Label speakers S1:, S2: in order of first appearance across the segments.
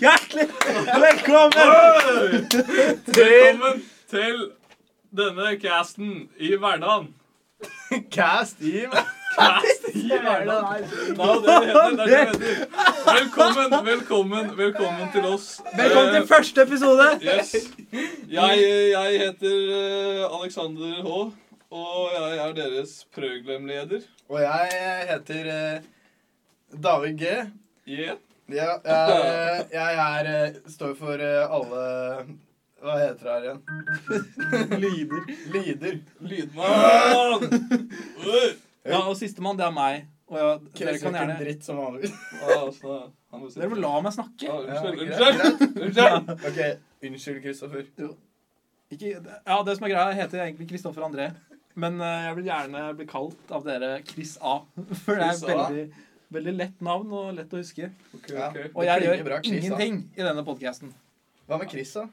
S1: Hjertelig velkommen!
S2: Velkommen til denne casten i hverdagen.
S3: Cast i
S2: Cast i hverdagen. Nei, det er det heter, det er det det heter. Velkommen, velkommen, velkommen til oss.
S1: Velkommen til første episode.
S2: Eh, Yes. Jeg, jeg heter eh, Alexander H. Og jeg er deres prøglemleder.
S3: Og jeg heter eh, David G.
S2: Yeah.
S3: Ja, jeg, eh, jeg er eh, står for eh, alle Hva heter det her igjen?
S4: Lyder.
S3: Lider.
S2: Lydmann! Oi.
S4: Ja, og sistemann, det er meg. Og ja, dere kan
S3: Kødder
S4: gjerne
S3: dritt som vanlig.
S2: Ah, sånn, han må sitte.
S4: Dere må la meg snakke.
S2: Ah, Unnskyld.
S3: Ja,
S2: Unnskyld. Unnskyld.
S3: Ok, unnskyld, Kristoffer.
S4: Ikke, ja, det som er greia, jeg heter egentlig Kristoffer André. Men eh, jeg vil gjerne bli kalt av dere Chris A. For det er
S2: Chris A.
S4: veldig, veldig lett navn og lett å huske.
S3: Ja.
S2: ok.
S4: Og
S3: Det
S4: jeg
S3: klinger
S4: gjør
S3: bra, Chris A.
S4: ingenting i denne podkasten.
S3: Hva med Chris, da?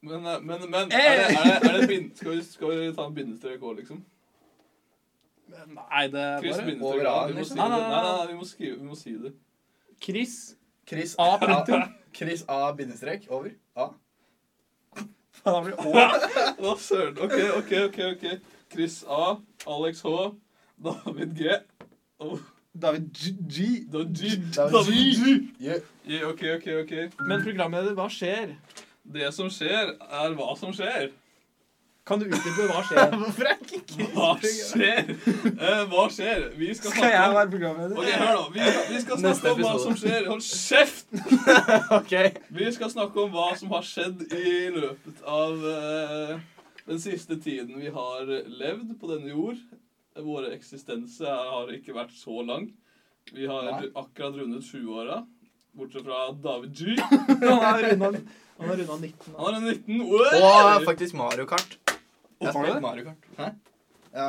S2: Men, eh, men, men
S4: Hey!
S2: er det, er det, er det bind, skal, vi, skal vi ta en bindestrek òg, liksom?
S4: Nei, det er
S2: Chris
S4: bare
S2: bindestrek
S3: overalt,
S2: A, vi må
S3: liksom.
S2: si det.
S4: Nei,
S2: Nei,
S4: nei, nei.
S2: nei, nei, vi må, skrive, vi må si det.
S4: Chris
S3: Chris
S4: A. Punktum.
S3: Chris A bindestrekk. Over. A.
S4: Faen, da blir det Å.
S2: Å, søren. OK, OK, OK. ok. Chris A, Alex H, David G og
S4: David G. G.
S2: da G.
S3: David
S2: G.
S3: Yeah.
S2: Ja, OK, OK, OK.
S4: Men programleder, hva skjer?
S2: Det som skjer, er hva som skjer.
S4: Kan du utdype hva skjer?
S3: Hvorfor er ikke Chris
S2: Hva skjer? Eh, hva skjer? Vi
S4: Skal
S2: skal snakke
S4: jeg
S2: om
S4: være programleder?
S2: Ok, hør da. Vi, vi skal
S3: Neste
S2: snakke om hva
S3: episode.
S2: som skjer. Hold kjeft!
S3: Ok.
S2: Vi skal snakke om hva som har skjedd i løpet av eh, den siste tiden vi har levd på denne jord. Våre eksistenser har ikke vært så lang. Vi har
S3: Nei.
S2: akkurat rundet 20-åra. Bortsett fra David G.
S4: Han har rundet- han har runda 19 nå.
S2: Han er 19 år!
S3: Og faktisk Mario Kart. Jeg
S4: Har du
S3: spilte
S4: det?
S3: Mario Kart. Hæ? Ja,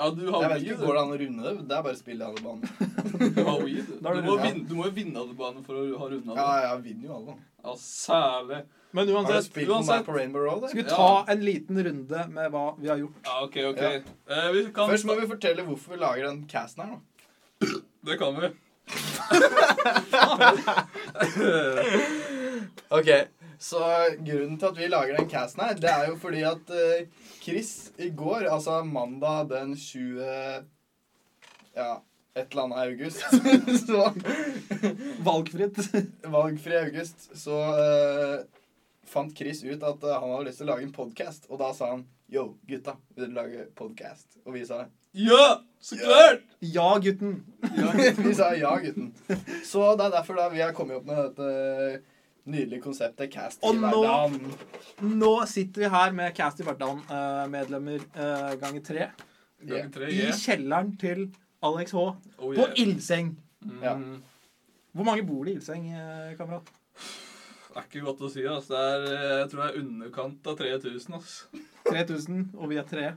S2: Ja, du
S3: Jeg
S2: har
S3: vet ikke,
S2: weed.
S3: Går det an å runde det? Det er bare å spille alle banene.
S2: Du, har weed.
S4: Da har
S2: du,
S4: du
S2: må
S4: rundet.
S2: vinne, du må jo vinne alle banene for å ha runda
S3: Ja,
S2: det.
S3: jeg vinner jo alle.
S2: Ja, særlig.
S4: Men
S3: Har du
S4: uansett
S3: spilt noe
S2: uansett.
S3: mer på Rainbow Road?
S4: Skal vi
S3: eller?
S4: ta en liten runde med hva vi har gjort?
S2: Ja, OK, OK.
S3: Ja.
S2: Eh, vi kan
S3: Først må vi fortelle hvorfor vi lager den casten her, da.
S2: Det kan vi.
S3: Ok, Så grunnen til at vi lager den casten her, det er jo fordi at eh, Chris i går, altså mandag den 20 Ja, et eller annet august så,
S4: Valgfritt.
S3: Valgfri august, så eh, fant Chris ut at eh, han hadde lyst til å lage en podkast. Og da sa han Yo, gutta, vil du lage podkast? Og vi sa
S2: Ja, så klart!
S4: Ja, gutten.
S3: Vi sa ja, gutten. Så det er derfor da vi har kommet opp med dette nydelige konseptet Cast
S4: Og
S3: i
S4: nå-
S3: hverdagen.
S4: Nå sitter vi her med Cast i Hverdagen-medlemmer eh, ganger tre.
S3: Ja.
S2: Gang tre,
S4: I
S2: Oh, yeah.
S4: kjelleren til Alex H.
S2: Oh,
S4: På
S2: yeah.
S4: ildseng.
S3: Ja.
S2: Mm.
S4: Hvor mange bor det i ildseng, eh, kamerat?
S2: Det er ikke godt å si. ass. Det er, eh, jeg tror det er underkant av 3000. ass.
S4: 3000, og vi er tre.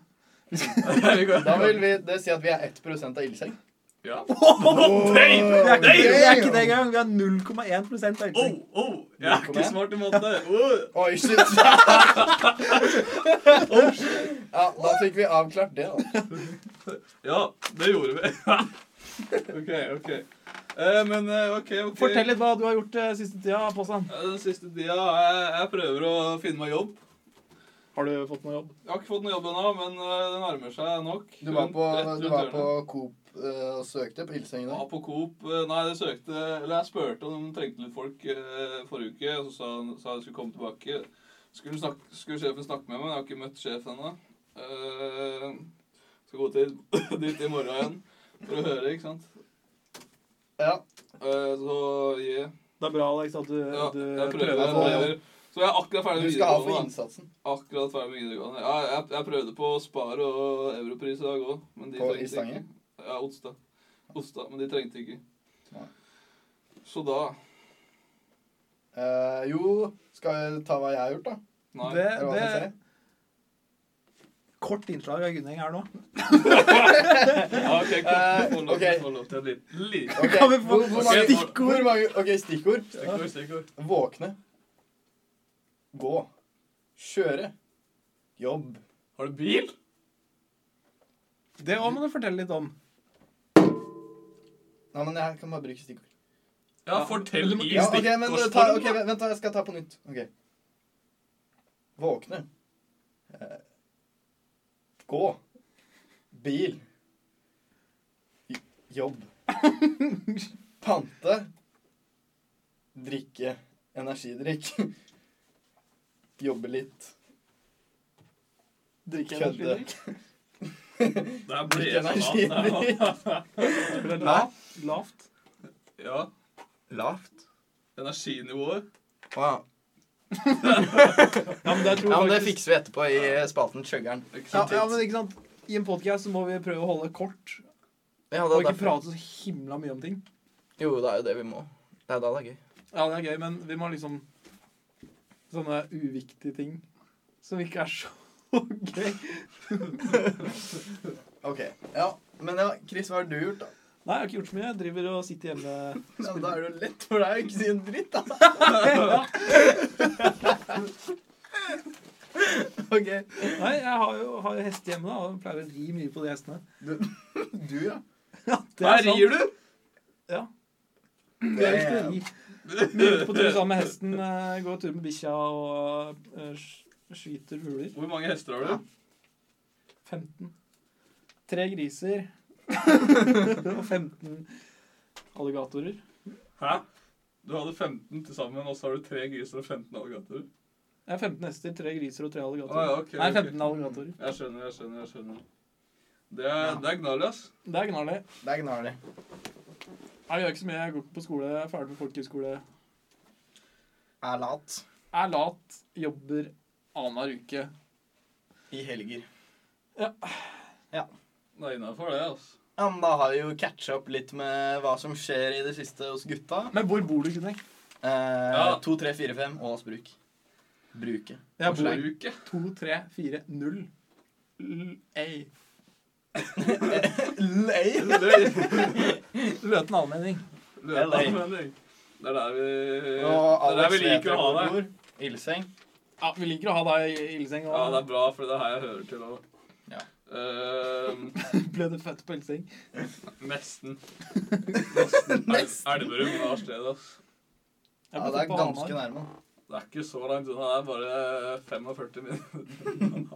S3: Da vil vi det si at vi er 1 av ildseng.
S2: Ja.
S4: Vi er ikke, vi er ikke det
S3: Damn!
S4: engang. Vi er 0,1 av
S2: Oh,
S4: ildseng.
S2: oh, jeg er ikke smart i matte. Oh.
S3: Oi, shit. ja, da fikk vi avklart det, da.
S2: Ja, det gjorde vi. OK, OK. Eh, men eh, OK, OK.
S4: Fortell litt hva du har gjort eh, siste tida, Påsan.
S2: Ja, Den siste tida jeg, jeg prøver å finne meg jobb.
S4: Har du fått noe jobb?
S2: Jeg har ikke fått noe jobb ennå, men eh, det nærmer seg nok.
S3: Du var
S2: Rundt-
S3: på,
S2: rett rundt
S3: du var på
S2: hjørnet.
S3: Coop eh, og søkte på ildseng i
S2: Ja,
S3: dag.
S2: på Coop. eh, Nei, jeg søkte Eller jeg spurte om de trengte litt folk eh, forrige uke. Og så sa han sa jeg skulle komme tilbake. Skulle, snakke, skulle sjefen snakke med meg, men jeg har ikke møtt sjefen ennå. Eh, skal gå til dit i morgen igjen for å høre, ikke sant.
S3: Ja.
S2: Eh, så yeah.
S4: Det er bra, Alex, at du,
S2: Ja,
S4: du
S2: jeg prøver.
S4: prøver.
S2: Jeg prøver. Så jeg er akkurat ferdig
S3: Du
S2: med
S3: skal ha for
S2: videregående.
S3: innsatsen
S2: da. Akkurat ferdig med videregående. Ja, jeg, jeg prøvde på Spar og Europris i dag òg, men de
S3: på
S2: trengte ikke.
S3: Ilsanger.
S2: Ja, Odstad. Odstad, men de trengte ikke.
S3: Nei.
S2: Så da
S3: Eh, jo, skal vi ta hva jeg har gjort, da?
S2: Nei.
S4: Det,
S3: Eller hva
S4: det
S3: skal jeg si?
S4: kort innslag av Gunneng her nå.
S2: Ja, ok, kom.
S3: Eh,
S2: Få lov-
S3: ok.
S2: få lov til en liten liten-
S3: Ok,
S4: Kan vi få
S3: hvor, hvor mange,
S4: stikkord?
S3: Hvor mange, ok, stikkord.
S2: Stikkord, stikkord.
S3: Våkne. Gå. Kjøre. Jobb.
S2: Har du bil?
S4: Det òg må du fortelle litt om.
S3: Nei, men jeg kan bare bruke stikkord.
S2: Ja, fortell i
S3: Ja, ok, men
S2: stikkordsform.
S3: ta, ok, vent, da, jeg skal ta på nytt. Ok. Våkne. Eh, Gå. Bil. J- Jobb. Pante. Drikke. Energidrikk. Jobbe litt.
S4: Drikke
S3: Kødde.
S4: energidrikk.
S2: Det er blesa
S4: Det er lavt. lavt.
S2: Ja.
S5: Lavt?
S2: Energinivået.
S5: Wow.
S4: Ja, men det tror
S3: Ja, men det
S4: faktisk-
S3: fikser vi etterpå i eh, spalten Chuggeren.
S4: ja, ja, men ikke sant. I en podcast så må vi prøve å holde det kort,
S3: Ja, det
S4: og
S3: er
S4: ikke
S3: derfor.
S4: prate så himla mye om ting.
S3: Jo, det er jo det vi må. Det er da det er gøy.
S4: Ja, det er gøy, men vi må liksom Sånne uviktige ting som ikke er så gøy.
S3: Ok, ja. Men ja, Chris, hva har du gjort, da?
S4: Nei, jeg har ikke gjort så mye. Jeg driver og sitter hjemme.
S3: Ja, da er det jo lett for deg å ikke si en dritt, da. ok.
S4: Nei, jeg har jo, har jo hester hjemme, da, og pleier å ri mye på de hestene.
S3: Du, ja.
S4: Ja, det
S2: Der rir du!
S4: Jeg elsker å ri. Vi er ute på tur sammen med hesten, eh, går tur med bikkja og eh, sk- skyter huler.
S2: Hvor mange hester har du?
S4: 15. Tre griser og 15 alligatorer.
S2: Hæ? Du hadde 15 til sammen, og så har du 3 griser og 15 alligatorer.
S4: Jeg har 15 hester, tre griser og tre alligatorer.
S2: Ah, ja, ok,
S4: Nei,
S2: ok.
S4: 15 alligatorer.
S2: Jeg skjønner, jeg skjønner. jeg skjønner. Det er, det er gnarlig, ass.
S4: Det er gnarlig.
S3: Det er gnarlig.
S4: Jeg gjør ikke så mye. Jeg går ikke på skole. Jeg er ferdig på folkehøyskole.
S3: Er lat.
S4: Er lat. Jobber annenhver uke.
S3: I helger.
S2: Det er innafor, det. ass.
S3: Ja, men da har vi jo catcha opp litt med hva som skjer i det siste hos gutta.
S4: Men hvor bor du, Kudnek?
S3: Eh,
S2: Ja.
S3: 2, 3, 4, 5 og Åsbruk. Bruke.
S4: Jeg bor i
S2: Bruke.
S4: 2340. L.A.
S3: Lei.
S4: Løten allmenning.
S2: Løta,
S3: LA.
S2: mener jeg. Det er der vi, det
S3: Og
S2: er der
S3: Alex
S2: vi
S3: vet
S2: liker å ha
S3: hvor
S2: deg.
S3: du bor. Ildseng.
S4: Ja, vi liker å ha deg i ildseng.
S2: Ja, det
S4: Og
S2: er bra, for det er her jeg hører til Ehm, òg.
S3: Ja.
S4: ble du født på ildseng?
S2: nesten. Nesten. El- Elverum var stedet, ass.
S4: Jeg
S3: Ja,
S4: ble
S3: det
S4: født
S3: er
S4: på
S3: ganske
S4: Hamar.
S3: nærme.
S2: Det er ikke så langt unna. Det er bare 45 minutter.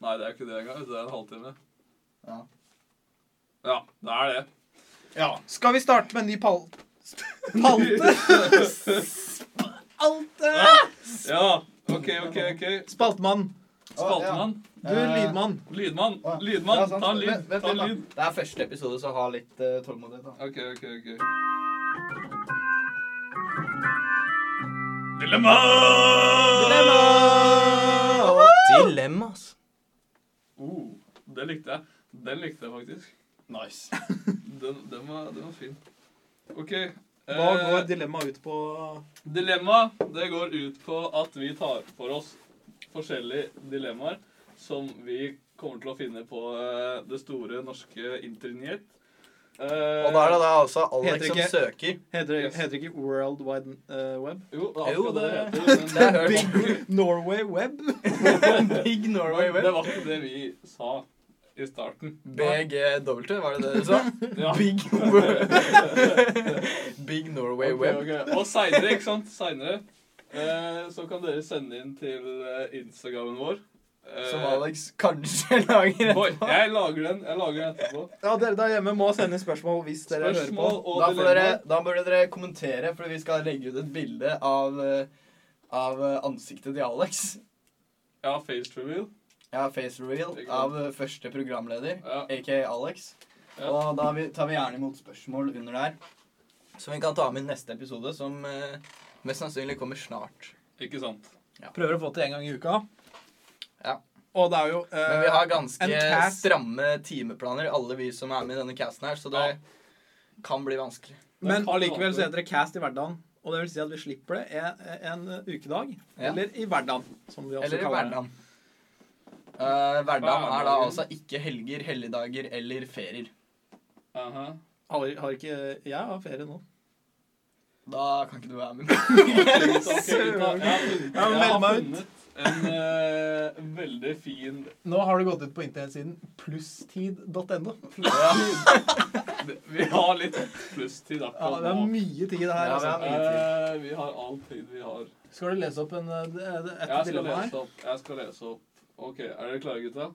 S2: Nei, det er ikke det engang. Det er en halvtime.
S3: Ja.
S2: Ja, det er det.
S3: ja.
S4: Skal vi starte med en ny pal... Palte? Alte!
S2: Ja, OK, OK. ok.
S4: Spaltemann.
S2: Spaltemann.
S4: Du,
S3: Eh.
S4: lydmann.
S2: Lydmann.
S3: Å, ja.
S2: Lydmann,
S3: Ja, sant.
S2: ta en lyd.
S3: Vent- vent
S2: Ta en
S3: litt, da.
S2: lyd.
S3: Det er første episode, så ha litt eh, tålmodighet. da.
S2: OK, OK. ok. Dilemma!
S3: Dilemmas.
S2: Oh, det likte jeg. Den likte jeg faktisk.
S3: Nice.
S2: Den, den, var, den var fin. OK.
S4: Hva
S2: eh,
S4: går dilemmaet ut på?
S2: Dilemma, det går ut på at vi tar for oss forskjellige dilemmaer som vi kommer til å finne på eh, det store norske internett. Eh,
S3: Og da er det da altså
S4: Heter
S3: Alex som
S4: ikke-
S3: søker.
S4: Heter det,
S2: Yes.
S4: heter det ikke World Wide eh, Web?
S2: Jo, det er
S3: Jo,
S2: akkurat det
S3: det-
S2: det heter. Men
S3: hørt.
S4: Norway Web?
S3: Big Norway
S2: det var ikke det vi sa i starten.
S3: BGW, var det det du sa?
S2: Ja.
S3: Big World. Big Norway
S2: Ok,
S3: Web.
S2: ok. Og seinere, ikke sant? Seinere eh, så kan dere sende inn til eh, Instagrammen vår. Eh,
S3: Som Alex kanskje lager
S2: boy,
S3: etterpå.
S2: jeg lager den jeg lager den etterpå.
S4: Ja, dere der hjemme må sende inn spørsmål hvis dere
S2: Spørsmål og
S3: Da, får dere,
S2: dilemmaer.
S3: da burde dere kommentere, for vi skal legge ut et bilde av, eh, av eh, ansiktet til Alex.
S2: Ja, face reveal.
S3: Ja, face reveal
S2: Ikke sant.
S3: av eh, første programleder,
S2: Ja.
S3: aka Alex.
S2: Ja.
S3: Og da vi- tar vi gjerne imot spørsmål under der. Som vi kan ta med i neste episode, som eh, mest sannsynlig kommer snart.
S2: Ikke sant.
S4: hører på. Prøver å få til en gang i uka.
S3: Ja.
S4: Og det er jo eh,
S3: Men vi har
S4: en
S3: ganske
S4: cast.
S3: stramme timeplaner, alle vi som er med i denne casten her, så det
S2: Ja.
S3: kan bli vanskelig.
S4: Men
S2: Det kan
S4: allikevel så
S2: være.
S4: heter det Cast i hverdagen. Og det vil si at vi slipper det en, en ukedag.
S3: Ja.
S4: Eller i hverdagen, som vi også
S3: Eller i
S4: kaller det.
S3: hverdagen. Uh, hverdagen er da
S2: Hverdagen.
S3: altså ikke helger, helligdager eller ferier.
S2: Aha.
S4: Har, har ikke Jeg har ferie nå.
S3: Da kan ikke du være med.
S2: Jeg
S4: Ja,
S2: har
S4: meld meg ut.
S2: funnet en eh, veldig fin
S4: Nå har du gått ut på internettsiden plusstid.no.
S3: Ja.
S2: Det vi har litt plusstid
S4: Ja,
S2: akkurat
S4: det er
S2: nå.
S4: mye ting i det her.
S5: Ja,
S4: Altså.
S5: det er mye tid.
S2: Eh, vi har all tid vi har.
S4: Skal du lese opp en, eh, et
S2: Jeg skal
S4: dilemma her?
S2: lese opp. Jeg skal lese opp. Ok, Er dere klare, gutta?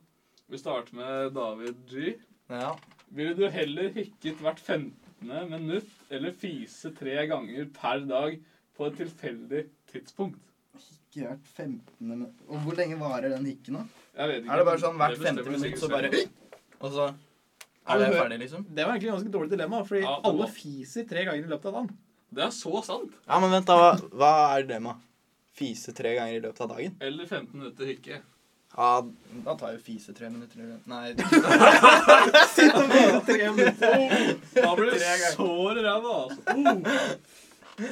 S2: Vi starter med David G.
S3: Ja.
S2: Ville du heller hikket hvert 15. minutt eller fise tre ganger per dag på et tilfeldig tidspunkt?
S3: Ikke hvert 15. minutt. Og hvor lenge varer den hikken, da?
S2: Jeg vet ikke.
S5: Er det bare sånn hvert
S2: Det bestemmer
S5: 50 minutt,
S2: sikkert
S5: så bare
S2: selv.
S5: Og så
S4: Har
S5: er
S4: du
S5: det
S4: hørt-
S5: ferdig, liksom?
S4: Det var egentlig et ganske dårlig dilemma, fordi
S2: Ja, det
S4: alle
S2: var-
S4: fiser tre ganger i løpet av dagen.
S2: Det er så sant.
S6: Ja, men vent, da. Hva, hva er det med? Fise tre ganger i løpet av dagen?
S2: Eller 15 minutter hikke.
S6: Ja,
S3: Da tar jo fise tre minutter. eller- Nei,
S4: Sitt og fise tre minutter.
S2: Da blir det
S3: Tre ganger.
S2: sår ræva, altså. Oh.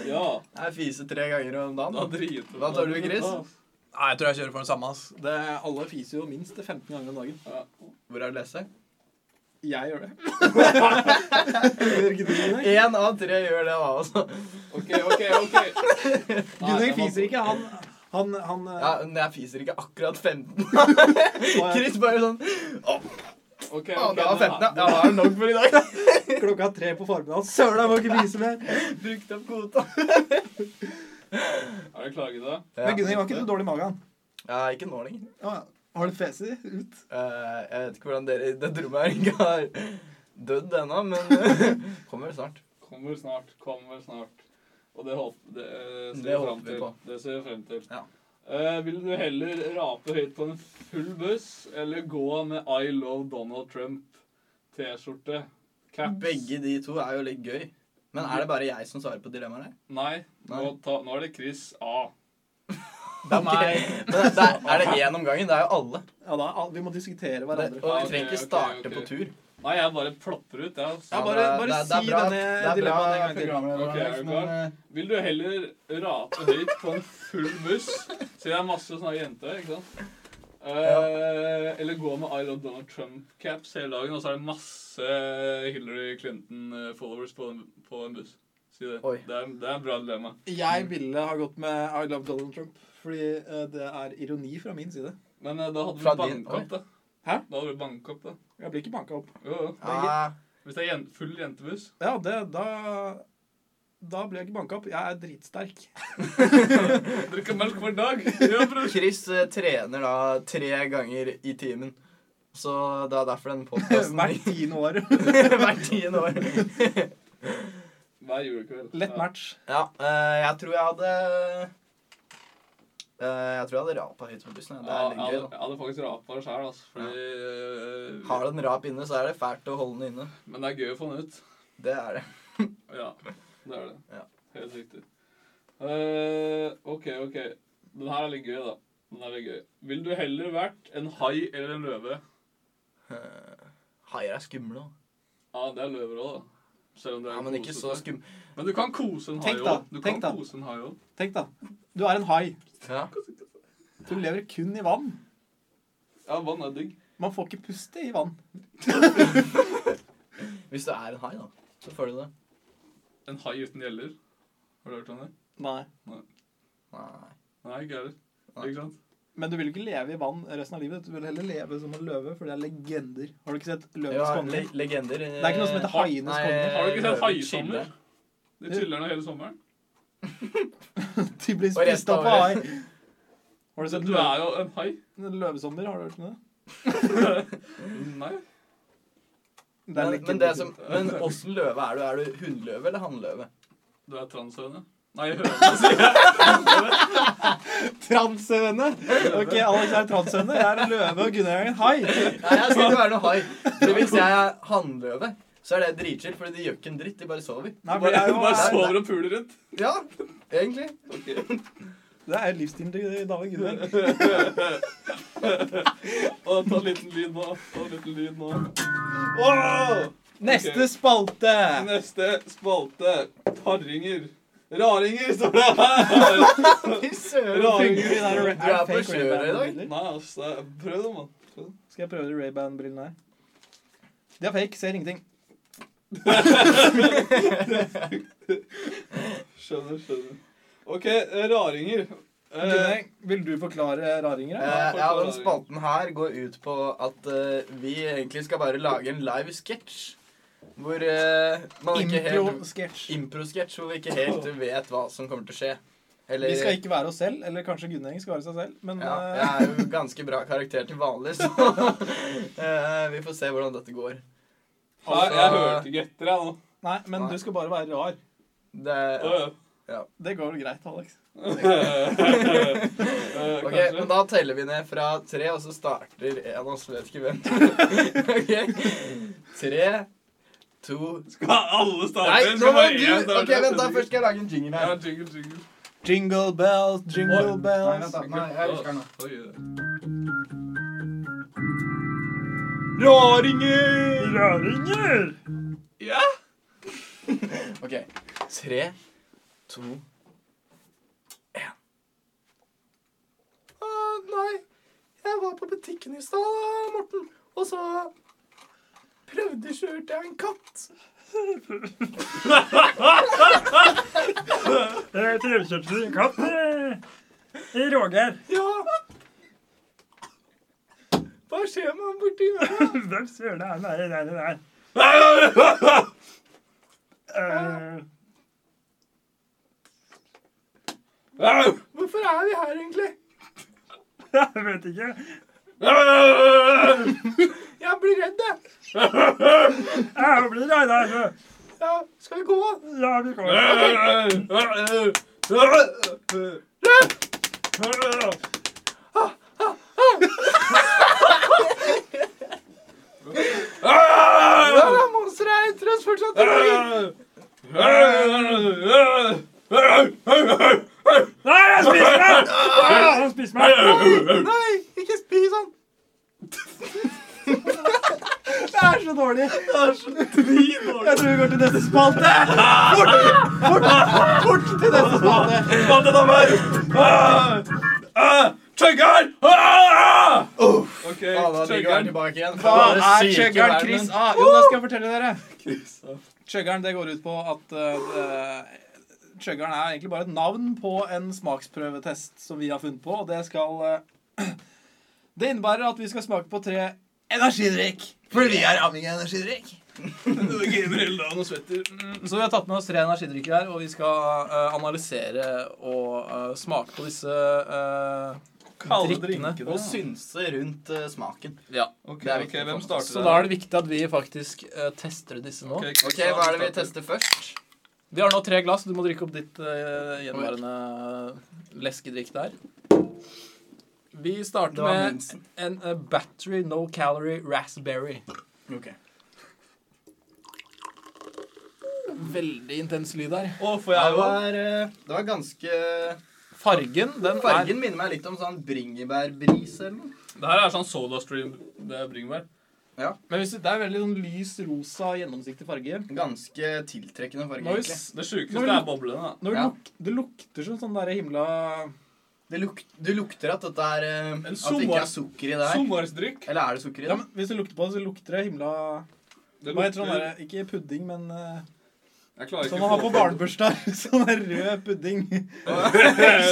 S2: Ja.
S3: nei, fise tre ganger om
S2: Da
S3: dagen.
S2: driter du
S3: Hva tar du, Chris?
S5: Nei, jeg tror jeg kjører for det samme, ass.
S4: Det, alle fiser jo minst 15 ganger om dagen.
S2: Ja.
S3: Hvor er Lesse?
S4: Jeg gjør det.
S3: Én av tre gjør det, da, altså.
S2: OK, OK, OK.
S4: Gunnhild fiser ikke. Han, han, han eh,
S3: Ja, men jeg fiser ikke akkurat 15.
S4: var-
S3: Chris bare sånn
S2: Ok,
S3: Faen,
S2: ok,
S3: det var
S2: den
S3: 15.
S2: er-
S3: Ja, det er nok for i dag.
S4: klokka tre på formiddagen. Søren, jeg må ikke fise mer.
S3: Brukt opp kvota.
S2: Er dere klare, da?
S4: Men Gunnhild var ikke så dårlig i magen.
S3: Ja, ikke nå lenger.
S4: Ja, Har du feset ut?
S3: Eh, jeg vet ikke hvordan dere i dette rommet her ikke har dødd ennå, men eh, kommer vel snart.
S2: Kommer snart, kommer snart. Og det, håp, det, eh, ser
S3: Det
S2: vi
S3: håper
S2: frem
S3: vi
S2: til.
S3: på.
S2: Det ser vi frem til.
S3: Ja.
S2: Eh, vil du heller rape høyt på en full buss, eller gå med I love Donald Trump-T-skjorte? Caps?
S3: Begge de to er jo litt gøy. Men er det bare jeg som svarer på dilemmaet her?
S2: Nei, Nå,
S3: Nei.
S2: ta, nå er det Chris A.
S4: Det er meg.
S3: Men det er, er det én om gangen? Det er jo alle.
S4: Ja, da, al- vi må diskutere
S3: Det,
S4: hverandre.
S3: og
S2: Ok,
S3: vi trenger
S2: ok,
S3: ikke starte
S2: ok.
S3: på tur.
S2: Nei, jeg bare plopper ut. Jeg, altså.
S4: Ja, bare- bare si denne dilemmaet en gang til.
S2: Ok, er du
S3: Liksom,
S2: klar? Vil du heller rape høyt på en full buss, siden det er masse sånne jenter, ikke sant? Eh, Eller gå med I love Donald Trump-caps hele dagen, og så er det masse Hillary Clinton-followers på, en- på en buss. Si det.
S3: Oi.
S2: Det er, det er en bra dilemma.
S4: Jeg ville ha gått med I love Donald Trump, fordi eh, det er ironi fra min side.
S2: Men eh, da hadde
S3: Fra
S2: du
S3: din-
S2: banka opp, da.
S4: Hæ?
S2: Da hadde du banka opp, da.
S4: Jeg blir ikke banka opp.
S2: Jo, jo.
S3: eh,
S5: Ja,
S2: Hvis det er jen full jentebuss.
S4: Ja, det, da Da blir jeg ikke banka opp. Jeg er dritsterk.
S2: Drikke melk hver dag. Ja, bror.
S3: Chris eh, trener da tre ganger i timen. Så det er derfor den podkasten
S4: Hvert tiende år.
S3: hvert tiende år.
S2: Hver julekveld.
S4: Lett
S2: Ja.
S4: match.
S3: Ja, eh, jeg tror jeg hadde eh, Jeg tror jeg hadde rapa høyt på bussen. ja. Det
S2: Ja,
S3: er
S2: jeg,
S3: litt
S2: hadde,
S3: gøy, da.
S2: jeg hadde faktisk rapa det sjæl, altså. Fordi eh,
S3: Har du en rap inne, så er det fælt å holde den inne.
S2: Men det er gøy å få den ut.
S3: Det er det.
S2: Ja, det er det.
S3: Ja.
S2: Helt riktig. Eh, OK, OK. Den her er litt gøy, da. Den er litt gøy. Vil du heller vært en hai eller en løve?
S3: Eh, Haier er skumle òg.
S2: Ja, det er løver òg, da. Selv om det er
S3: Ja, men ikke så
S2: kosete.
S3: skum...
S2: Men du kan kose en hai
S4: Tenk da,
S2: òg. Du kan
S4: tenk da.
S2: kose en hai òg.
S4: Tenk, da. Du er en hai.
S3: Ja.
S4: Du lever kun i vann.
S2: Ja, vann er digg.
S4: Man får ikke puste i vann.
S3: Hvis du er en hai, da, så får du det.
S2: En hai uten gjeller. Har du hørt om det?
S4: Nei.
S3: Nei.
S2: Nei, ikke heller.
S3: Nei.
S2: Ikke sant?
S4: Men du vil ikke leve i vann resten av livet. Du vil heller leve som en løve, for det er legender. Har du ikke sett
S3: Ja,
S4: Løvens konge?
S3: le legender eh, Det
S4: er ikke noe som heter haienes konge.
S2: Har du ikke sett haisommer? De chiller'n hele sommeren.
S4: De blir
S3: Og
S4: spist
S3: resten
S4: opp
S3: av
S4: av hai.
S3: året.
S4: Har du
S3: sånn
S4: sett
S2: Du er jo en hai.
S4: løve, løvesommer? Har du hørt om det?
S2: Nei.
S4: Det er
S3: Men,
S4: legender.
S3: men, det som, men åssen løve er du? Er du hunnløve eller hannløve?
S2: Du er transhøne. Nei, høne, sier jeg.
S4: Transhøne! Ok, Alex er transhøne. Jeg er en løve, og Gunnar er en hai.
S3: Nei, jeg skal ikke være noe hai. For hvis jeg er hannløve, så er det dritchill, fordi de gjør ikke en dritt. De bare sover.
S4: Nei, for
S2: Bare,
S4: jeg er
S2: bare
S4: jo,
S2: sover og puler rundt.
S3: Ja, egentlig.
S2: Ok.
S4: det er livsstilen til David Gunnar.
S2: Og ta en liten lyd nå. Ta en liten lyd nå.
S4: Neste spalte!
S2: Neste spalte. Harringer. Raringer, står det her.
S3: Fy søren.
S2: Raringer.
S4: Gunnar, er
S3: Du er på
S4: fake
S3: kjøret i dag.
S4: Ray-Ban-briller?
S2: Nei, altså. Prøv det, mann. Prøv det.
S4: Skal jeg prøve de Ray-Ban-brillene her? De er fake, ser ingenting.
S2: Skjønner, skjønner. OK, raringer. Eh,
S4: Gunnar, vil du forklare raringer?
S3: Eh,
S4: eller?
S3: ja, den spalten her går ut på at eh, vi egentlig skal bare lage en live sketsj Hvor eh, man ikke helt
S4: Impro-sketsj.
S3: Impro-sketsj hvor vi ikke helt vet hva som kommer til å skje. Eller
S4: Vi skal ikke være oss selv, eller kanskje Gunneng skal være seg selv, men
S3: ja,
S4: eh,
S3: Jeg er jo ganske bra karakter til vanlig, så eh, vi får se hvordan dette går.
S2: Nei, jeg
S3: Altså-
S2: hørte ikke etter, jeg nå.
S4: Nei, men
S3: Nei.
S4: du skal bare være rar.
S3: Det,
S2: Øh.
S4: Det går vel greit, Alex.
S2: Eh,
S3: ok,
S2: kanskje.
S3: men da teller vi ned fra tre, og så starter en av oss. Vet ikke hvem. ok. Tre, to
S2: Skal alle starte?
S3: Nei,
S2: Skal
S3: nå må
S2: bare
S3: du
S2: én starte?
S3: Ok, vent, da først skal jeg lage en jingle
S2: Ja,
S3: her.
S2: jingle, jingle.
S6: Jingle bells, jingle
S3: Nei,
S6: bells.
S3: vent da. Nei, jeg husker den nå.
S2: Oi, det.
S6: Raringer!
S2: Ja!
S3: Ok. Tre, to, én. Å, nei. Jeg var på butikken i stad, Morten, og så prøvde kjørte jeg en katt.
S7: Trevkjøpte en katt. eh, Roger.
S3: Ja. Hva skjer med han borti der?
S7: Hvem søren er han der? der, der? Eh,
S2: Au!
S3: Hvorfor er vi her, egentlig?
S7: Jeg vet ikke.
S2: Au!
S3: Jeg blir redd, jeg.
S7: Jeg blir altså. lei deg. så.
S3: Ja, skal vi gå?
S7: Ja, vi kommer.
S3: Ja, det er monsteret jeg etter oss fortsatt.
S7: Nei, jeg spiser meg! Ja, han spiser meg.
S3: Nei, ikke spis han.
S4: Det er så dårlig! Det er så dårlig. Jeg tror vi går til neste spalte. Fort! Fort, fort til neste spalte.
S2: Ah! Chuggeren! Ah! Ok,
S3: Ja, da ligger han
S2: chuggeren.
S3: tilbake igjen.
S4: Hva
S3: Faen, det
S4: er
S3: syke
S4: chuggeren
S3: verden.
S4: Chris A? Jo, det skal jeg fortelle dere.
S2: Chris, da.
S4: Chuggeren, det går ut på at eh, Chuggeren er egentlig bare et navn på en smaksprøvetest som vi har funnet på, og det skal eh, Det innebærer at vi skal smake på tre energidrikk. Fordi vi er avhengig av energidrikk.
S2: Det griner hele dagen og svetter. Mm.
S5: Så vi har tatt med oss tre energidrikker her, og vi skal eh, analysere og eh, smake på disse eh,
S4: Kalde
S5: drikkene.
S4: drinkene.
S3: Og synse rundt eh, smaken.
S5: Ja.
S2: Ok,
S3: Det er
S2: ok,
S3: viktig
S2: hvem
S3: for
S2: starter
S5: Så da er det viktig at vi faktisk eh, tester disse nå.
S2: Ok, Chris,
S3: Ok,
S2: da
S3: Hva er det vi
S2: starter.
S3: tester først?
S5: Vi har nå tre glass, du må drikke opp ditt eh, gjenværende leskedrikk der. Vi starter med en eh, battery no calorie raspberry.
S3: Ok.
S5: Veldig intens lyd der.
S2: Å, får
S3: Det
S2: jeg òg?
S3: var, eh, det var ganske
S5: Fargen, den
S3: Fargen minner meg litt om sånn bringebærbris eller noe.
S2: Det her er sånn SodaStream. Det er bringebær.
S5: er Men hvis du, Det er veldig sånn lys rosa, gjennomsiktig farge.
S3: Ganske tiltrekkende farge,
S5: Nice.
S3: egentlig.
S2: Det sjukeste
S5: Når
S2: er boblene. da.
S5: Når det,
S3: Ja.
S5: luk, det lukter som sånn derre himla
S3: Det luk du lukter at dette er eh, At det
S2: sommer-
S3: ikke er sukker i det her.
S2: Sommersdrikk.
S3: Eller er det sukker i
S4: Ja,
S3: det?
S4: men Hvis du lukter på det, så lukter det himla
S2: Det
S4: Hva heter sånn
S2: lukter-
S4: derre Ikke pudding, men eh,
S2: Jeg klarer
S5: sånn
S4: Som
S2: ikke
S4: man har på barnebursdag. Sånn der rød pudding.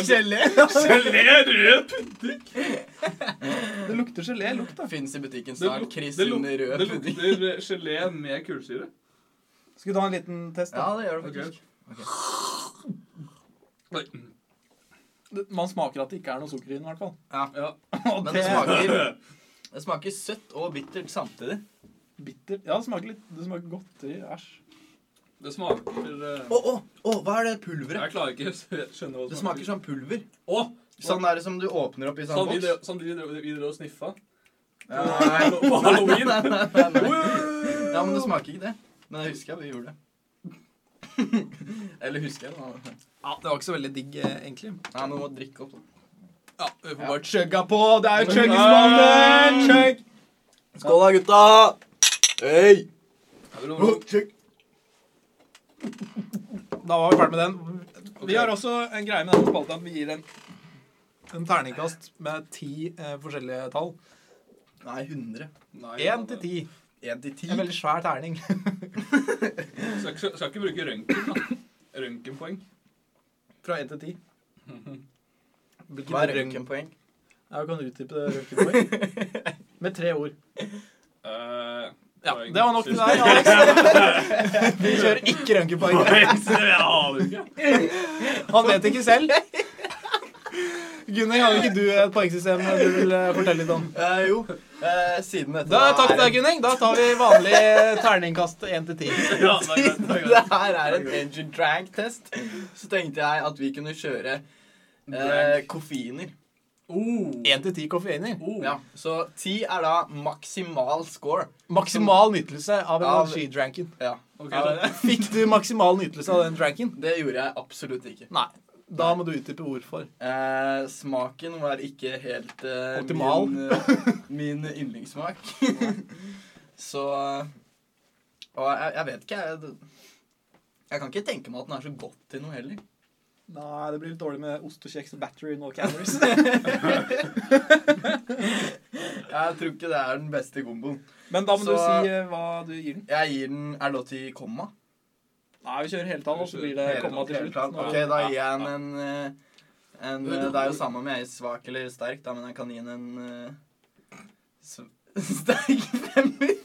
S3: Gelé!
S2: Gelé, rød pudding.
S4: Det lukter gelélukt, da.
S3: Fins i butikken
S2: Det
S3: snart.
S2: luk-
S3: Chris
S2: det
S3: sin
S2: luk-
S3: røde
S2: Det
S3: pudding.
S2: lukter eh, gelé med kullsyre.
S4: Skal vi ta en liten test?
S3: Ja,
S4: da?
S3: det gjør det
S2: Ok.
S3: faktisk.
S2: Oi.
S4: Det- Man smaker at det ikke er noe sukker i den, i hvert fall.
S2: Ja.
S4: Og det
S3: Men det smaker Det smaker søtt og bittert samtidig.
S4: bitter. Ja, det smaker litt Det smaker godteri. Æsj.
S2: Det smaker eh,
S3: Å, å, å, hva er det pulveret?
S2: Jeg klarer ikke å se- skjønne hva
S3: Det smaker sånn pulver.
S2: Å!
S3: Sånn er det som du åpner opp i sånn
S2: Sånn vi
S3: boks.
S2: drev- sånn vi drev vi drev og sniffa
S3: Ja,
S2: På-
S3: nei.
S2: på halloween.
S3: Nei, nei, nei, nei. Ja, men det smaker ikke det. Men jeg husker at vi gjorde det. Eller husker jeg det?
S5: Ja, Det var ikke så veldig digg, eh, egentlig.
S3: Nei, men du må drikke opp. da.
S5: Ja, Vi får
S3: Ja.
S5: bare chugga på. Det er jo
S2: Nei.
S5: chuggismannen! Chug!
S6: Skål da, gutta! Hey!
S2: Hallo.
S5: Da var vi ferdig med den.
S4: Vi har også en greie med denne spalten at vi gir en
S5: En terningkast med ti eh, forskjellige tall.
S3: Nei, 100.
S2: Nei,
S5: Én til ti.
S3: 1 til 10.
S5: En veldig svær terning.
S2: Skal, ikke- skal ikke bruke røntgen, da. Røntgenpoeng.
S5: Fra én til ti. Hvilken
S3: Hva er
S5: røntgen-
S3: røntgenpoeng?
S5: Ja, du kan utdype det røntgenpoeng. Med tre ord.
S2: Eh,
S4: Ja, det var nok til deg, Alex.
S8: Vi kjører ikke røntgenpoeng.
S9: Jeg aner ikke.
S4: Han vet ikke selv. Gunnhild, har ikke du et poengsystem du vil eh, fortelle litt om?
S3: Eh, jo. Eh, siden dette
S4: Da, takk
S3: er
S4: til deg, Gunnhild. Da tar vi vanlig terningkast 1 til 10.
S9: Ja, det er greit, det er greit.
S3: det her er en engine drag-test, så tenkte jeg at vi kunne kjøre eh,
S2: Drag.
S3: koffeiner.
S4: 1 til 10 koffeiner.
S2: Oh,
S3: Ja, så ti er da maksimal score.
S4: Maksimal nytelse av
S3: Av-
S4: energidranken.
S3: Ja,
S2: Ok,
S4: Ja,
S2: så,
S4: Fikk du maksimal nytelse av den dranken?
S3: Det gjorde jeg absolutt ikke.
S4: Nei. Da må du utdype hvorfor.
S3: Eh, smaken var ikke helt eh,
S4: Optimal.
S3: Min, eh, min yndlingssmak. så Og jeg, jeg vet ikke, jeg Jeg kan ikke tenke meg at den er så godt til noe heller.
S10: Nei, det blir litt dårlig med ost og kjeks og battery no calories.
S3: Jeg tror ikke det er den beste komboen.
S10: Men da må du
S3: Så-
S10: si eh, hva du gir den.
S3: Jeg gir den Er det lov til komma?
S10: Nei, vi kjører heltall, og så blir det
S3: Hele
S10: komma til
S3: hele
S10: slutt.
S3: tatt. Ok, da gir jeg den en, eh, en eh, Det er jo samme om jeg er svak eller sterk, da, men jeg kan gi den en eh, s- sterk femmer.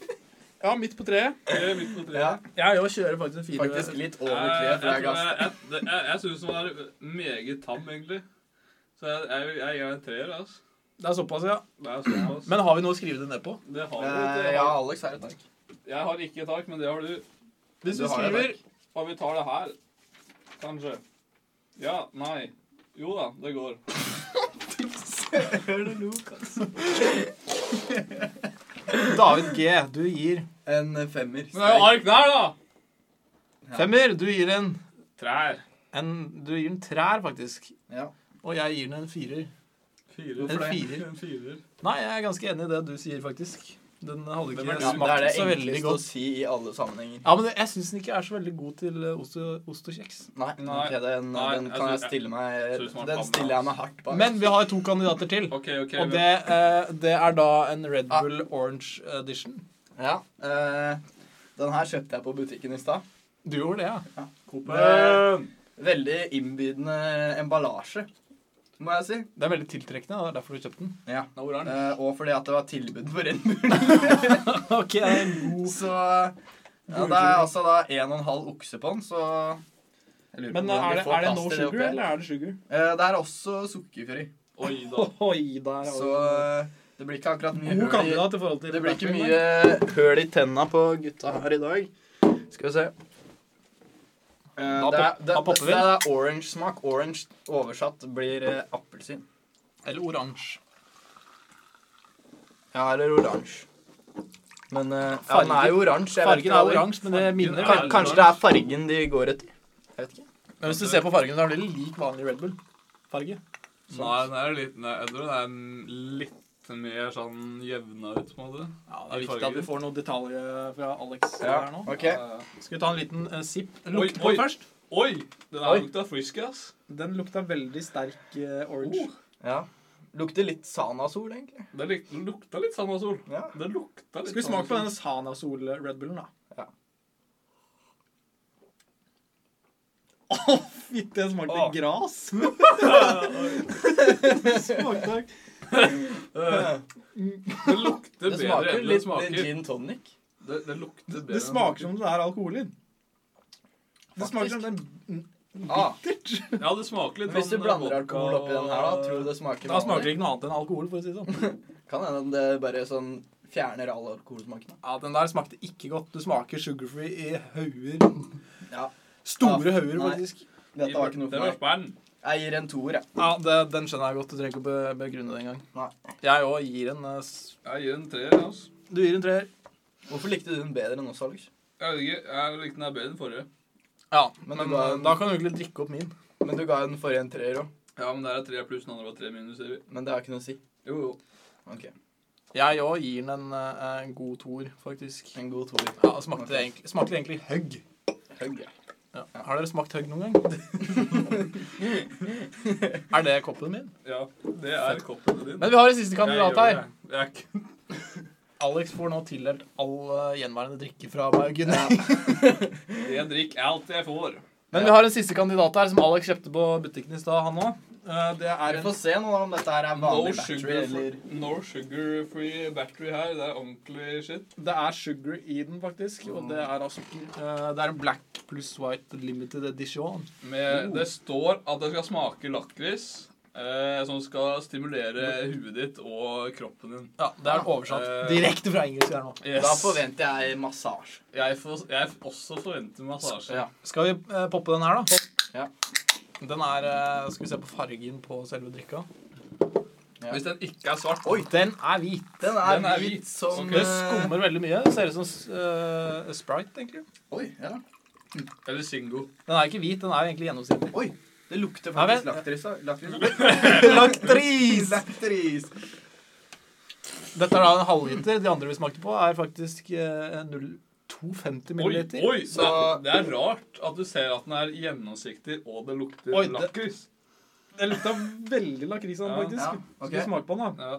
S10: Ja, midt på treet.
S2: tre, midten og tre.
S3: Ja,
S4: Jeg òg kjører faktisk en fire.
S3: faktisk litt
S2: Jeg,
S3: over tre,
S2: Eh, jeg,
S3: for jeg
S2: tror
S3: gass.
S2: jeg, jeg, det- jeg, jeg syns den var meget tam, egentlig. Så jeg, jeg, jeg gir den en treer. Altså.
S4: Det er såpass, ja.
S2: Det er såpass.
S4: Men har vi noe å skrive det ned på?
S2: det har du.
S3: Eh,
S2: Det
S3: Ja,
S2: har,
S3: Alex er et takk.
S2: jeg har ikke et ark, men det har du. Hvis
S3: Du
S2: vi
S3: har et
S2: skriver og vi tar det her, kanskje Ja, nei. Jo da, det går.
S4: David G, du gir
S3: En femmer.
S2: Men det er jo ark der, da!
S4: femmer. Du gir en,
S2: Trær.
S4: en Du gir en trær, faktisk.
S3: Ja.
S4: Og jeg gir den en firer.
S2: Firer.
S4: En firer.
S2: En firer.
S4: Nei, jeg er ganske enig i det du sier, faktisk. Den hadde
S2: Det
S4: ikke
S2: var-
S3: Ja,
S4: smakt
S3: det er det
S4: så veldig
S3: enkleste å
S4: godt.
S3: si i alle sammenhenger.
S4: Ja, men jeg syns den ikke er så veldig god til eh, ost og, ost og kjeks.
S3: Nei,
S2: Nei.
S3: ok, den,
S2: Nei,
S3: den
S2: jeg
S3: kan jeg
S2: synes-
S3: stille meg
S2: synes den var
S3: Den
S2: tam,
S3: stiller jeg meg hardt bak.
S4: Men vi har to kandidater til.
S2: OK, OK.
S4: Og
S2: men-
S4: det, eh, det er da en Red Bull Orange Edition.
S3: Ja, eh, den her kjøpte jeg på butikken i stad.
S4: Du gjorde det, ja?
S3: Med Veldig innbydende emballasje, må jeg si.
S4: Det er veldig tiltrekkende. Det er derfor du kjøpte den.
S3: Ja.
S2: Nå, hvor er den?
S3: Eh, og fordi at det var tilbud på Red Bull.
S4: Ok,
S3: Så ja, det er altså da en og en halv okse på den, så jeg lurer på
S10: Men eh,
S3: hvordan
S10: er
S3: vi
S10: det,
S3: får
S10: er det
S3: plass
S10: no
S3: til det oppi
S10: sugar,
S3: her.
S10: eller er det sugar?
S3: Eh, Det er også sukkerfri.
S2: Oi da.
S10: Oi, der
S3: Så
S10: altså-
S3: eh, det blir ikke akkurat
S4: eh,
S3: mye
S10: God
S3: hull i
S10: kandidat i forhold til
S3: Det blir ikke mye høl i tenna på gutta her i dag. Skal vi se. Eh, det, er,
S4: pop-
S3: det,
S4: da popper vi.
S3: det er orange smak. Orange oversatt blir eh, appelsin.
S4: Eller oransje.
S3: Ja, eller oransje. Men eh, ja, den er jo oransje. jeg vet
S4: Fargen
S3: ikke hva
S4: er
S3: det-
S4: oransje, men det minner
S2: er-
S3: Kan- Kanskje det er fargen de går etter. Jeg vet ikke.
S4: Men hvis du ser på fargen, da blir det lik vanlig Red Bull-farge.
S2: Nei, den er litt Nei, jeg tror den er en litt mer sånn jevna ut, på en måte.
S10: Ja, det
S2: I
S10: er viktig at
S2: farger.
S10: vi får noen detaljer fra Alex her nå.
S3: Ok.
S2: Ja, ja.
S4: Skal vi ta en liten eh, sipp?
S2: Lukt på først. Oi! Den her lukta frisky, ass. Oh,
S10: Den lukta veldig sterk eh, orange.
S3: Ja. Lukter litt sanasol, egentlig.
S2: Det luk- den lukta litt Sandasol.
S3: Ja.
S2: Det lukta litt
S10: Skal vi smake på
S4: sånn?
S2: Sandasol.
S10: denne Sana Sol Red Bullen, da?
S3: Ja.
S10: Å, fytti, det smakte
S3: Åh.
S10: gras! smakte
S2: Det lukter
S3: Det
S2: bedre
S3: smaker
S2: enn det
S3: litt
S2: smaker.
S3: gin tonic.
S2: Det, det lukter bedre
S10: Det smaker som om det er alkoholin. Det
S3: Faktisk.
S10: smaker som den
S3: Ah,
S2: Ja, det smaker litt
S3: hvis du
S2: sånn
S3: blander
S2: vodka
S3: alkohol oppi den her, da, tror du det smaker
S4: eh, Da smaker
S3: vanlig?
S4: det ikke noe annet enn alkohol, for å si det sånn.
S3: Kan hende det bare sånn fjerner all alkoholsmaken. da.
S4: Ja, Den der smakte ikke godt. Du smaker sugarfree i hauger.
S3: Ja.
S4: Store
S3: Ja,
S4: hauger,
S3: nei.
S4: faktisk.
S3: Dette var ikke noe
S2: Det
S3: for meg.
S2: spenn.
S3: Jeg gir en toer, jeg.
S4: Ja, det, Den skjønner jeg godt. Du trenger ikke å be- begrunne det engang.
S3: Nei.
S4: Jeg òg gir en eh, s-
S2: Jeg gir den tre. Altså.
S4: Du gir en treer.
S3: Hvorfor likte du den bedre enn oss, Alex?
S2: Jeg, vet ikke, jeg likte den her bedre enn forrige.
S4: Ja,
S3: Men
S4: men,
S3: du ga
S4: eh,
S3: en-
S4: da kan du egentlig drikke opp min.
S3: Men du ga jo den forrige en treer òg.
S2: Ja, men der er tre pluss, den andre var tre minus. sier vi.
S3: Men det har ikke noe å si.
S2: Jo, jo.
S3: Ok,
S4: Jeg òg gir den en, eh, en god toer, faktisk.
S3: En god toer.
S4: Ja, det smakte, egentlig, smakte egentlig høgg.
S3: Høgg, ja.
S4: Ja. Har dere smakt høgg noen gang? er det koppen min?
S2: Ja, det er koppen din.
S4: Men vi har en siste kandidat
S2: Jeg
S4: her.
S2: gjør det. Jeg er ikke
S4: Alex får nå tildelt all eh, gjenværende drikke fra Baugen.
S2: Jeg drikker alt jeg får.
S4: Men vi har en siste kandidat her som Alex kjøpte på butikken i stad, han òg.
S3: Eh,
S4: Det er
S3: Vi
S4: en
S3: får se nå om dette her er
S2: No
S3: vanlig battery
S2: sugar,
S3: eller
S2: no sugar free battery her. Det er ordentlig shit.
S4: Det er sugar i den, faktisk. Og det er altså eh, Det er en black pluss white limited edition.
S2: Med, det står at det skal smake lakris. Eh, som skal stimulere huet ditt og kroppen din.
S5: Ja, det er oversatt
S2: Eh,
S5: direkte fra engelsk her nå.
S2: yes.
S3: Da forventer jeg massasje.
S2: jeg, for, jeg også forventer massasje.
S3: Ja.
S5: Skal vi eh, poppe den her, da?
S3: Ja.
S5: Den er eh, Skal vi se på fargen på selve drikka.
S2: Hvis den ikke er svart
S5: Oi, den er hvit.
S3: Den er,
S2: Den er hvit.
S3: hvit som
S2: Ok.
S5: Det
S3: eh,
S5: skummer veldig mye. Ser ut som eh, Sprite, egentlig.
S3: Oi, ja.
S2: Eller Singo.
S5: Den er ikke hvit, den er jo egentlig gjennomsiktig.
S3: Oi, det lukter
S5: Nei,
S3: faktisk
S5: men-
S3: lakris. da.
S5: Laktris!
S3: Lakris. Lakris.
S5: Dette er da en halvliter. De andre vi smakte på, er faktisk eh, 0,250
S2: Oi,
S5: milliliter.
S2: oi så,
S3: Så-
S2: det er rart at du ser at den er gjennomsiktig, og det lukter
S5: Oi, det-
S2: lakris.
S4: Det lukta veldig lakris av den,
S2: Ja,
S4: faktisk.
S3: ja,
S4: Skal
S3: ok.
S4: vi smake på den, da?
S2: Ja.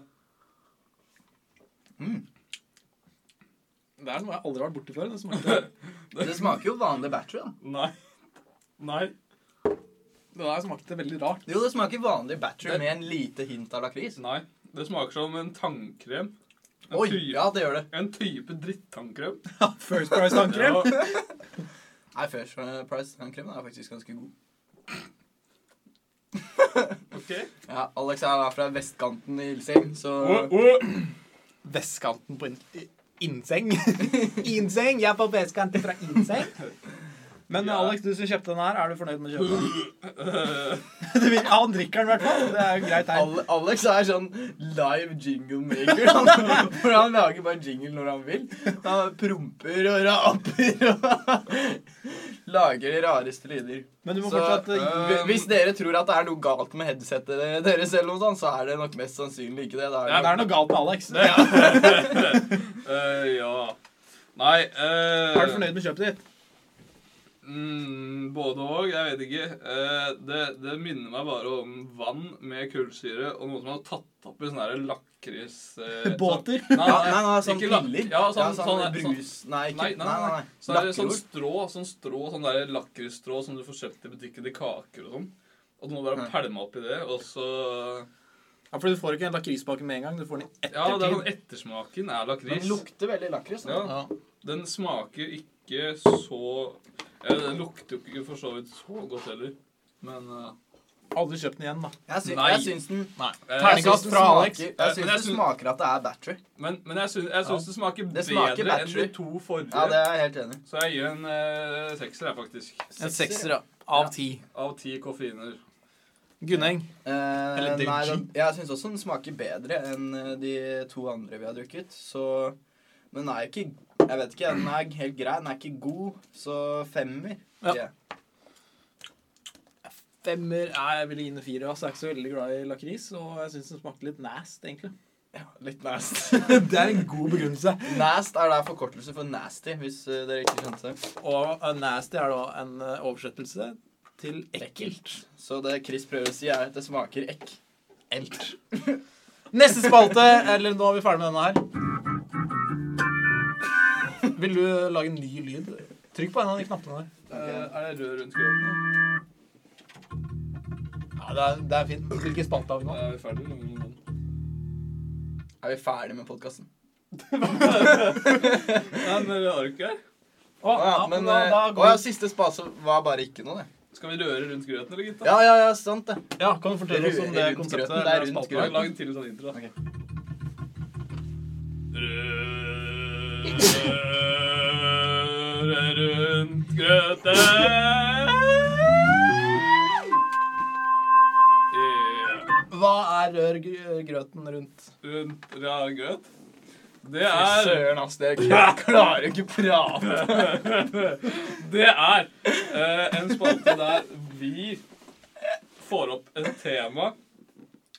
S4: Det er noe jeg aldri har vært borti før. Den smakte.
S3: Det smaker jo vanlig battery, da.
S2: Nei. Nei.
S4: Det der smakte veldig rart.
S3: Jo, det smaker vanlig battery
S2: Det-
S3: med en lite hint av lakris.
S2: Nei. Det smaker som en tannkrem. En,
S3: Oi,
S2: type,
S3: ja, det gjør det.
S2: en type drittannkrem.
S4: First Price-tannkrem.
S2: Ja.
S3: Nei, First Price tannkremen er faktisk ganske god.
S2: Ok.
S3: Ja, Alex er da fra vestkanten i Ilsheim, så
S5: Vestkanten på in i- Innseng. Innseng! Jeg er på vestkanten fra Innseng.
S4: Men
S2: Ja.
S4: Alex, du som kjøpte den her, er du fornøyd med kjøpet?
S2: Eh,
S4: Du vil- Ja, han drikker den i hvert fall. Det er jo greit tegn.
S3: Ale Alex er sånn live jingle maker. Han, hvor han lager bare jingle når han vil. Han promper og raper og lager de rareste lyder.
S4: Men du må
S3: Så,
S4: fortsatt eh,
S2: øh,
S3: Hvi- Hvis dere tror at det er noe galt med headsetet deres, eller noe sånt, sånn, så er det nok mest sannsynlig ikke det. Da
S4: Det
S3: er det
S4: er noe galt med Alex.
S2: det- Eh, ja. Nei eh,
S4: Er du fornøyd med kjøpet ditt?
S2: Mm, både og, jeg vet ikke. Eh, det, det minner meg bare om vann med kullsyre og noe som har tatt opp i sånne her lakris... Eh,
S4: Båter?
S2: Sånn, nei,
S3: ja,
S2: nei,
S3: nei, nei, sånn
S2: ikke la-
S3: piller.
S2: ja, sånn- sånn-
S3: brus. Nei, ikke,
S2: Nei, nei, nei, nei. Så er det sånn
S3: Lakkerord.
S2: strå, sånn strå, sånn der lakrisstrå som du får kjøpt i butikken til kaker og sånn. Og du må bare
S3: Ja.
S2: pælme opp i det, og så
S4: Ja, for du får ikke en lakrispakke med en gang. Du får den i
S2: Ja, det er
S4: ettertid.
S2: sånn ettersmaken er
S3: Den
S2: lakris.
S3: lukter veldig lakris. da.
S2: Ja. Den smaker ikke så Eller den lukter jo ikke for så vidt så godt heller, men eh,
S4: Aldri kjøpt den igjen, da.
S3: Jeg, sy
S2: Nei.
S3: jeg syns den
S2: eh,
S3: jeg syns
S4: Terningkast
S3: den
S4: fra
S3: smaker-
S4: Alex.
S2: Eh,
S3: Jeg
S2: men
S3: syns
S2: jeg
S3: det
S2: syns-
S3: smaker at det er battery.
S2: Men, men jeg syns, jeg syns det smaker
S3: Det smaker
S2: bedre enn
S3: battery.
S2: de to forrige.
S3: Ja, det er jeg helt enig i.
S2: Så jeg gir en eh, sekser, jeg, faktisk.
S5: En sekser ja. av ti.
S2: Av ti koffeiner.
S5: Gunneng.
S3: Eh,
S5: Eller
S3: nei,
S5: Deji.
S3: den, jeg syns også den smaker bedre enn eh, de to andre vi har drukket. Så Men den er ikke Jeg vet ikke, den er helt grei. Den er ikke god, så femmer.
S5: Ja.
S3: Ja.
S4: Femmer er jeg ville gi den en firer. ass. Jeg er ikke så veldig glad i lakris, og jeg syns den smakte litt nast, egentlig.
S3: Litt nast.
S5: Det er en god begrunnelse.
S3: nast er da forkortelse for nasty, hvis eh, dere ikke skjønte det.
S5: Og eh, nasty er da en eh, oversettelse til ekkelt.
S3: Så det Chris prøver å si, er at det smaker ekk.
S5: Elt. Neste spalte, eller nå er vi ferdig med denne her. Vil du lage en ny lyd? Trykk på en av de knappene der.
S2: Eh, er det rød rundt skrøten?
S5: Ja, det er, det er fint. Hvilken spalte har vi nå?
S2: Er vi ferdig med den?
S3: Er vi ferdig med podkasten?
S2: Nei, men vi har ikke her.
S5: Å,
S3: Å ja, men
S5: da,
S3: eh,
S5: da
S3: å
S5: går
S3: ja,
S5: vi.
S3: siste spase var bare ikke noe, det.
S2: Skal vi røre rundt grøten, eller, gutta?
S3: Ja, ja, ja, sant det.
S5: Ja, kan du fortelle oss om det
S3: Rører rundt
S5: konseptet?
S3: grøten, det er
S5: eller
S3: rundt
S5: spalten?
S2: Lag en til sånn intro, da.
S3: Ok.
S2: Røre rundt grøten. Yeah.
S5: Hva er rør gr- grøten rundt?
S2: Rundt rar grøt. Det
S3: Fy
S2: er
S3: Søren, ass. Dere klarer ikke prate.
S2: Det er eh, en spalte der vi får opp et tema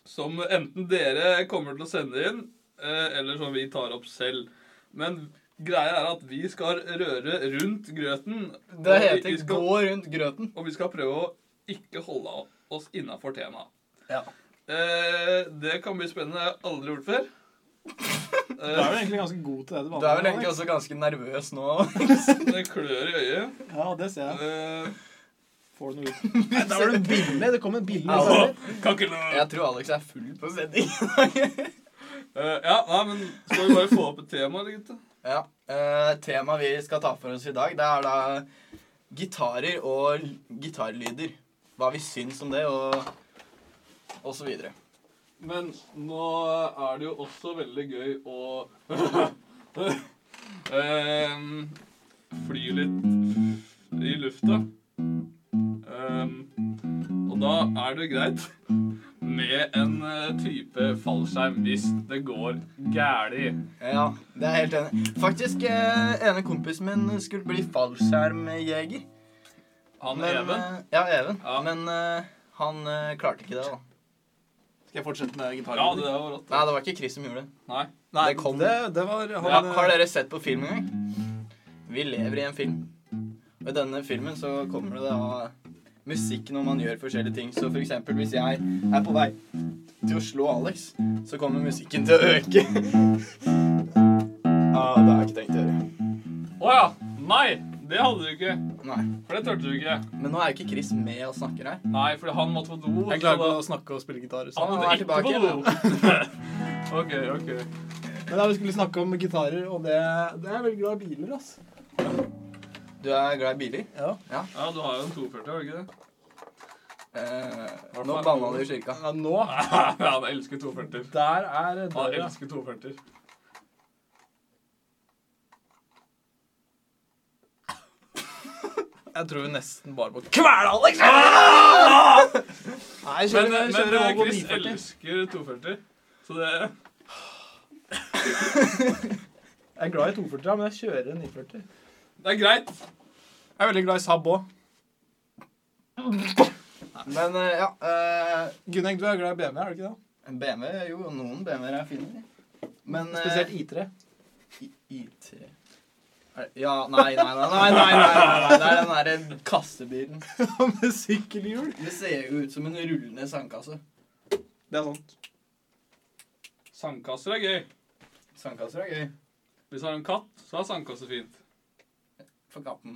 S2: som enten dere kommer til å sende inn, eh, eller som vi tar opp selv. Men greia er at vi skal røre rundt grøten.
S3: Det
S2: og vi- vi
S3: heter
S2: skal,
S3: gå rundt grøten.
S2: Og vi skal prøve å ikke holde oss innafor temaet.
S3: Ja.
S2: Eh, det kan bli spennende. Jeg har aldri gjort det før. Eh,
S4: Du er vel egentlig ganske god til det.
S3: Du er vel egentlig
S4: Alex?
S3: også ganske nervøs nå.
S2: Eh, det klør i øyet.
S4: Ja, det ser jeg.
S2: Eh,
S4: Får du noe ut? Nei, da var det en bille. Det kom en bille. sa du.
S2: Kan ikke lov.
S3: Jeg tror Alex er full på sending.
S2: Eh, ja, nei, men skal vi bare få opp et tema, eller, gutta?
S3: ja. eh, Temaet vi skal ta for oss i dag, det er da gitarer og l- gitarlyder. Hva vi syns om det, og, og så videre.
S2: Men nå er det jo også veldig gøy å Ehm, Fly litt i lufta. Ehm, og da er det greit med en eh, type fallskjerm hvis det går gæli.
S3: Ja, det er jeg helt enig. Faktisk, eh, ene kompisen min skulle bli fallskjermjeger.
S2: Han
S3: Men,
S2: Even
S3: eh, Ja, Even.
S2: Ja.
S3: Men eh, han eh, klarte ikke det, da.
S4: Skal jeg fortsette med
S2: Ja,
S4: gitaren?
S2: det der var rått.
S3: Nei, det var ikke Chris som gjorde det.
S2: Nei.
S4: Nei,
S3: det kom-
S4: Det, det var han,
S3: Ja, har dere sett på film engang? Vi lever i en film. Og i denne filmen så kommer det da musikk når man gjør forskjellige ting. Så for eksempel hvis jeg er på vei til å slå Alex, så kommer musikken til å øke. Ja, det har jeg ikke tenkt å gjøre.
S2: Å ja. Nei, det hadde du ikke.
S3: Nei.
S2: For det turte du ikke.
S3: Men nå er jo ikke Chris med og snakker her.
S2: Nei, for han måtte på do.
S4: Jeg
S2: så
S4: klarer
S2: da-
S4: ikke å snakke og spille gitar. Så.
S2: Han
S3: Han
S2: måtte
S3: er
S2: ikke på
S3: tilbake
S2: do. OK, OK.
S4: Men da, Vi skulle snakke om gitarer, og det, det er veldig glad i biler. ass.
S3: Du er glad i biler.
S4: Ja.
S2: Ja, du har jo en 240, har du ikke det?
S3: Eh, nå banna du i kirka.
S4: Ja, nå
S2: Ja, han elsker 240.
S4: Der er
S2: Han
S4: døra.
S2: elsker 240.
S4: Jeg tror vi nesten bare må kvele Alex! Ah! Nei, jeg kjører,
S2: Men, men,
S4: jeg kjører
S2: eh,
S4: Volvo
S2: Chris
S4: 940.
S2: elsker 240, så det
S4: Jeg er glad i 240, men jeg kjører en 940.
S2: Det er greit.
S4: Jeg er veldig glad i Saab òg.
S3: Men eh, ja eh,
S4: Gunneng, du er glad i BMW, er du ikke det?
S3: BMW, jo, noen BMW-er er fine. Men eh,
S4: Spesielt I3.
S3: I- IT Er det- Ja, nei, nei, nei, nei, nei, nei, nei, nei. Det er den derre kassebilen.
S4: Med sykkelhjul.
S3: Det ser jo ut som en rullende sandkasse.
S4: Det er sant.
S2: Sandkasser er gøy.
S3: Sandkasser er gøy.
S2: Hvis du har en katt, så er sandkasse fint.
S3: For katten.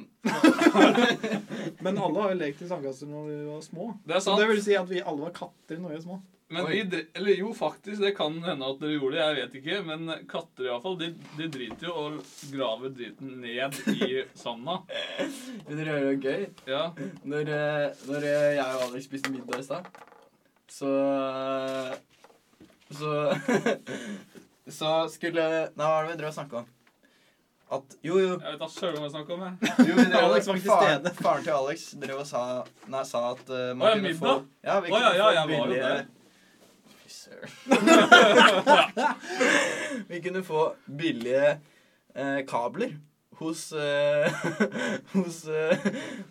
S4: Men alle har jo lekt i sandkasser når vi var små.
S2: Det er
S4: Så det
S2: sant.
S4: vil si at vi alle var katter når vi var små.
S2: Men
S3: Oi.
S2: vi, dri- eller jo, faktisk, det kan hende at dere gjorde det. Jeg vet ikke. Men katter iallfall, de, de driter jo og graver driten ned i sanda.
S3: Vil dere høre noe gøy?
S2: Ja.
S3: Når, eh, når eh, jeg og Alex spiste middag i stad, så Så Så skulle Nei, hva var det vi drev og snakka om? At Jo, jo.
S2: Jeg vet da søren hva jeg snakker om. jeg.
S3: jo vi drev,
S4: Alex var ikke til
S3: faren,
S4: stede.
S3: faren til Alex drev og sa Nei, sa at eh, man
S2: Å, ja,
S3: kunne få
S2: middag?
S3: Ja, vi
S2: Å,
S3: kunne
S2: ja, ja,
S3: få
S2: jeg var jo
S3: billige
S2: der.
S3: Fy søren. Vi kunne få billige eh, kabler hos eh, hos, eh,